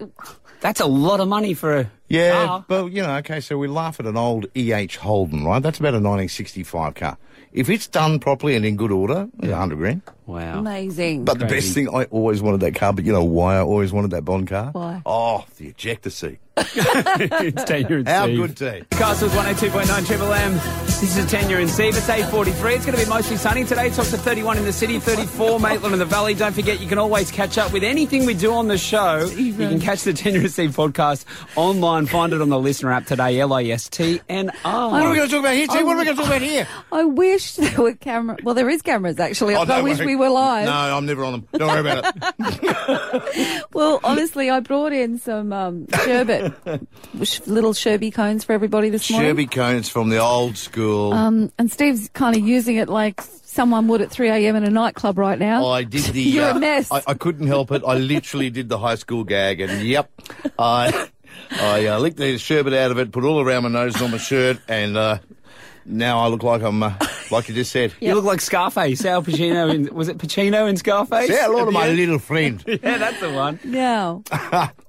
F: That's a lot of money for a.
E: Yeah,
D: Ah.
F: car.
E: but you know, okay, so we laugh at an old EH Holden, right? That's about a 1965 car. If it's done properly and in good order, it's 100 grand.
F: Wow.
D: amazing.
E: But the best thing, I always wanted that car, but you know why I always wanted that Bond car?
D: Why?
E: Oh, the ejector seat.
F: it's Tanya and
E: How
F: Steve.
E: good, T?
D: Oh.
F: Castles 102.9 Triple M. This is Tanya and Steve. It's 8.43. It's going to be mostly sunny today. Tops of 31 in the city, 34 Maitland in the valley. Don't forget, you can always catch up with anything we do on the show. You can catch the Tanya and Steve podcast online. Find it on the listener app today, L-I-S-T-N-R.
E: What are we going to talk about here, T? What are we going to talk about here?
D: I wish there were camera. Well, there is cameras actually.
E: Oh,
D: Oh, I
E: don't
D: wish
E: worry.
D: we were live.
E: No, I'm never on them. Don't worry about it.
D: Well, honestly, I brought in some um, sherbet, sh- little sherby cones for everybody this morning.
E: Sherby Cones from the old school.
D: Um, and Steve's kind of using it like someone would at 3 a.m. in a nightclub right now.
E: I did the.
D: You're a
E: uh,
D: mess.
E: I, I couldn't help it. I literally did the high school gag, and yep, I I uh, licked the sherbet out of it, put it all around my nose and on my shirt, and uh, now I look like I'm uh, like you just said.
F: You look like Scarface, Al Pacino. In, was it Pacino in Scarface?
E: Say hello to
F: At the
E: my
F: end?
E: little friend.
F: yeah, that's the one.
Q: No.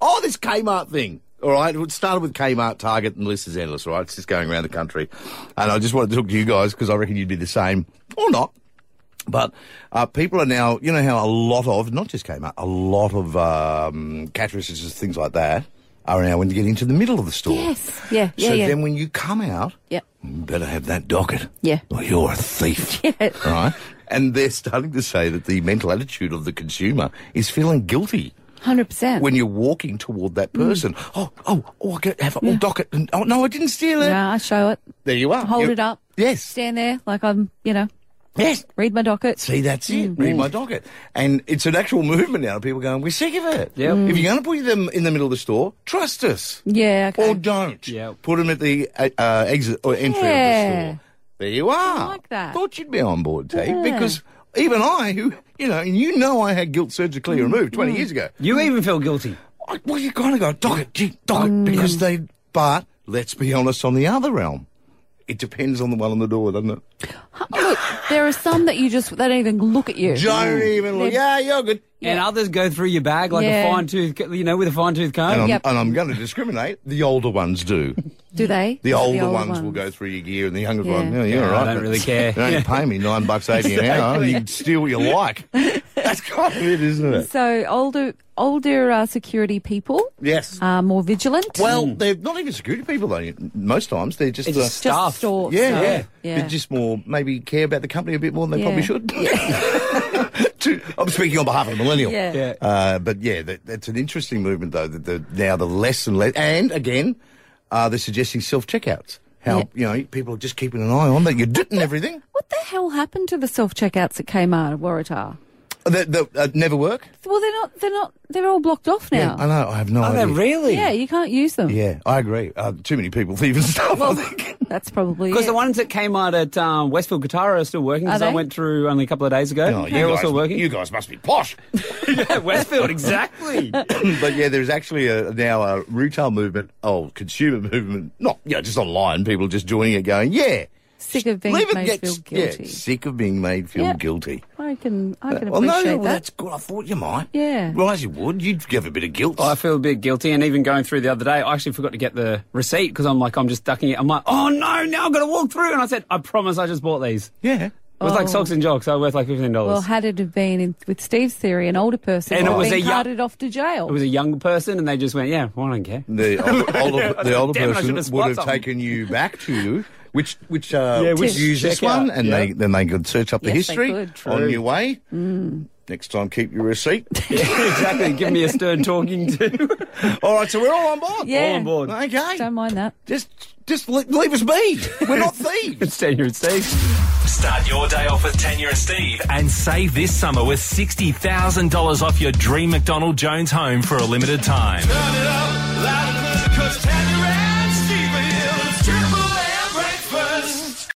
E: oh, this Kmart thing. All right, it started with Kmart, Target, and the list is endless. All right, it's just going around the country, and I just wanted to talk to you guys because I reckon you'd be the same or not. But uh, people are now, you know, how a lot of not just Kmart, a lot of um, cash registers, things like that, are now when you get into the middle of the store.
D: Yes. Yeah. Yeah.
E: so
D: yeah.
E: then when you come out,
D: Yep.
E: you better have that docket.
D: Yeah.
E: Or you're a thief.
D: Yeah.
E: All right, and they're starting to say that the mental attitude of the consumer is feeling guilty
D: Hundred percent.
E: when you're walking toward that
D: Mm.
E: person. Oh, oh, oh, I get have it all docket. And, oh, no, I didn't steal it.
D: Yeah, I show it.
E: There you are.
D: Hold
E: You-
D: it up.
E: Yes.
D: Stand there like I'm, you know.
E: Yes.
D: Read my docket.
E: See, that's it.
D: Mm.
E: Read my docket. And it's an actual movement now. People going, we're sick of it.
D: Yep. Mm.
E: If you're going to put them in the middle of the store, trust us.
D: Yeah. Okay.
E: Or don't. Yeah. Put them at the uh, uh, exit or entry of the
D: Yeah.
E: store. There you are.
D: like that.
E: Thought you'd be on board, Tate,
D: Yeah.
E: because even I, who, you know, and you know I had guilt surgically removed 20
F: Mm.
E: years ago.
F: You even feel guilty.
E: I- well, you kind of go, dog it, gee, dog it, because they. Um, But let's be honest on the other realm. It depends on the one on the door, doesn't it?
D: Oh, Look, there are some that you just they don't even look at you.
E: Don't even look. Yeah, you're good.
F: And others go through your bag like
D: Yeah.
F: a fine tooth, you know, with a fine tooth comb.
E: And I'm, and I'm going to discriminate. The older ones do.
D: Do they?
E: The older, ones, will go through your gear, and the younger
D: Yeah.
E: ones, yeah, you're
F: Yeah, I
E: right.
F: don't
E: but
F: really care.
E: You don't
F: Yeah.
E: pay me nine bucks eighty an hour.
F: Exactly.
E: You can steal what you like. That's kind of it, isn't it?
D: So older older uh, security people
E: Yes. Mm.
D: are more vigilant.
E: Well, they're not even security people though. Most times they're just
D: It's
E: the
D: just Just store-
E: Yeah,
D: staff,
E: yeah,
D: yeah.
E: They just more maybe care about the company a bit more than they
D: Yeah.
E: probably should. To- I'm speaking on behalf of the millennial.
D: Yeah. Yeah.
E: Uh, but yeah, that, that's an interesting movement though. That the, now the less and less, and again, uh, they're suggesting self checkouts. How you know people are just keeping an eye on that you're doing everything
D: what the hell happened to the self checkouts at Kmart at Waratah?
E: that, that uh, never work.
D: Well, they're not. They're not. They're all blocked off now.
E: I know. I have no
D: Are they
E: idea.
F: really?
D: Yeah, you can't use them.
E: Yeah, I agree. Uh, too many people thieving stuff. I think.
D: That's probably
F: Because
D: it.
F: the ones that came out at um, Westfield Guitar are still working.
D: Are
F: Because I
D: they?
F: went through only a couple of days ago.
E: Oh, you
F: They're all
E: guys-
F: still working.
E: You guys must be posh.
F: yeah, Westfield, exactly.
E: but yeah, there's actually a, now a retail movement, oh, consumer movement, not yeah, just online. People just joining it, going, yeah,
D: sick of being
E: leave it,
D: made
E: get-
D: feel
E: yeah,
D: guilty.
E: sick of being made feel
D: Yeah.
E: guilty.
D: I can. I can
E: well, no,
D: appreciate
E: well,
D: that.
E: that's good. I thought you might.
D: Yeah.
E: Well, as you would, you'd give a bit of guilt.
F: I feel a bit guilty, and even going through the other day, I actually forgot to get the receipt because I'm like, I'm just ducking it. I'm like, oh no, now I've got to walk through. And I said, I promise, I just bought these.
E: Yeah, it
F: was like
D: Oh.
F: socks and jocks. They were worth like fifteen dollars.
D: Well, had it have been in, with Steve's theory, an older person
F: And it
D: would have
F: was
D: been
F: a young-
D: carted off to jail.
F: it was a young person, and they just went, yeah, well, I don't care.
E: The older, older- the older
F: Damn it, I
E: person
F: should've spot
E: would have
F: something.
E: taken you back to which which uh,
F: Yeah, which
E: use this
F: check out,
E: one, and
F: yeah.
E: they then they could search up the
F: Yes, they
E: history
F: could. True.
E: on your way.
D: Mm.
E: Next time, keep your receipt.
F: exactly. Give me a stern talking to.
E: all right, so we're all on board.
D: yeah.
F: All on board.
E: Okay.
D: Don't mind that.
E: Just just le- leave us be. We're not thieves.
F: it's tenure and Steve.
A: Start your day off with Tanya and Steve and save this summer with $60,000 off your dream McDonald Jones home for a limited time.
C: Turn it up, loud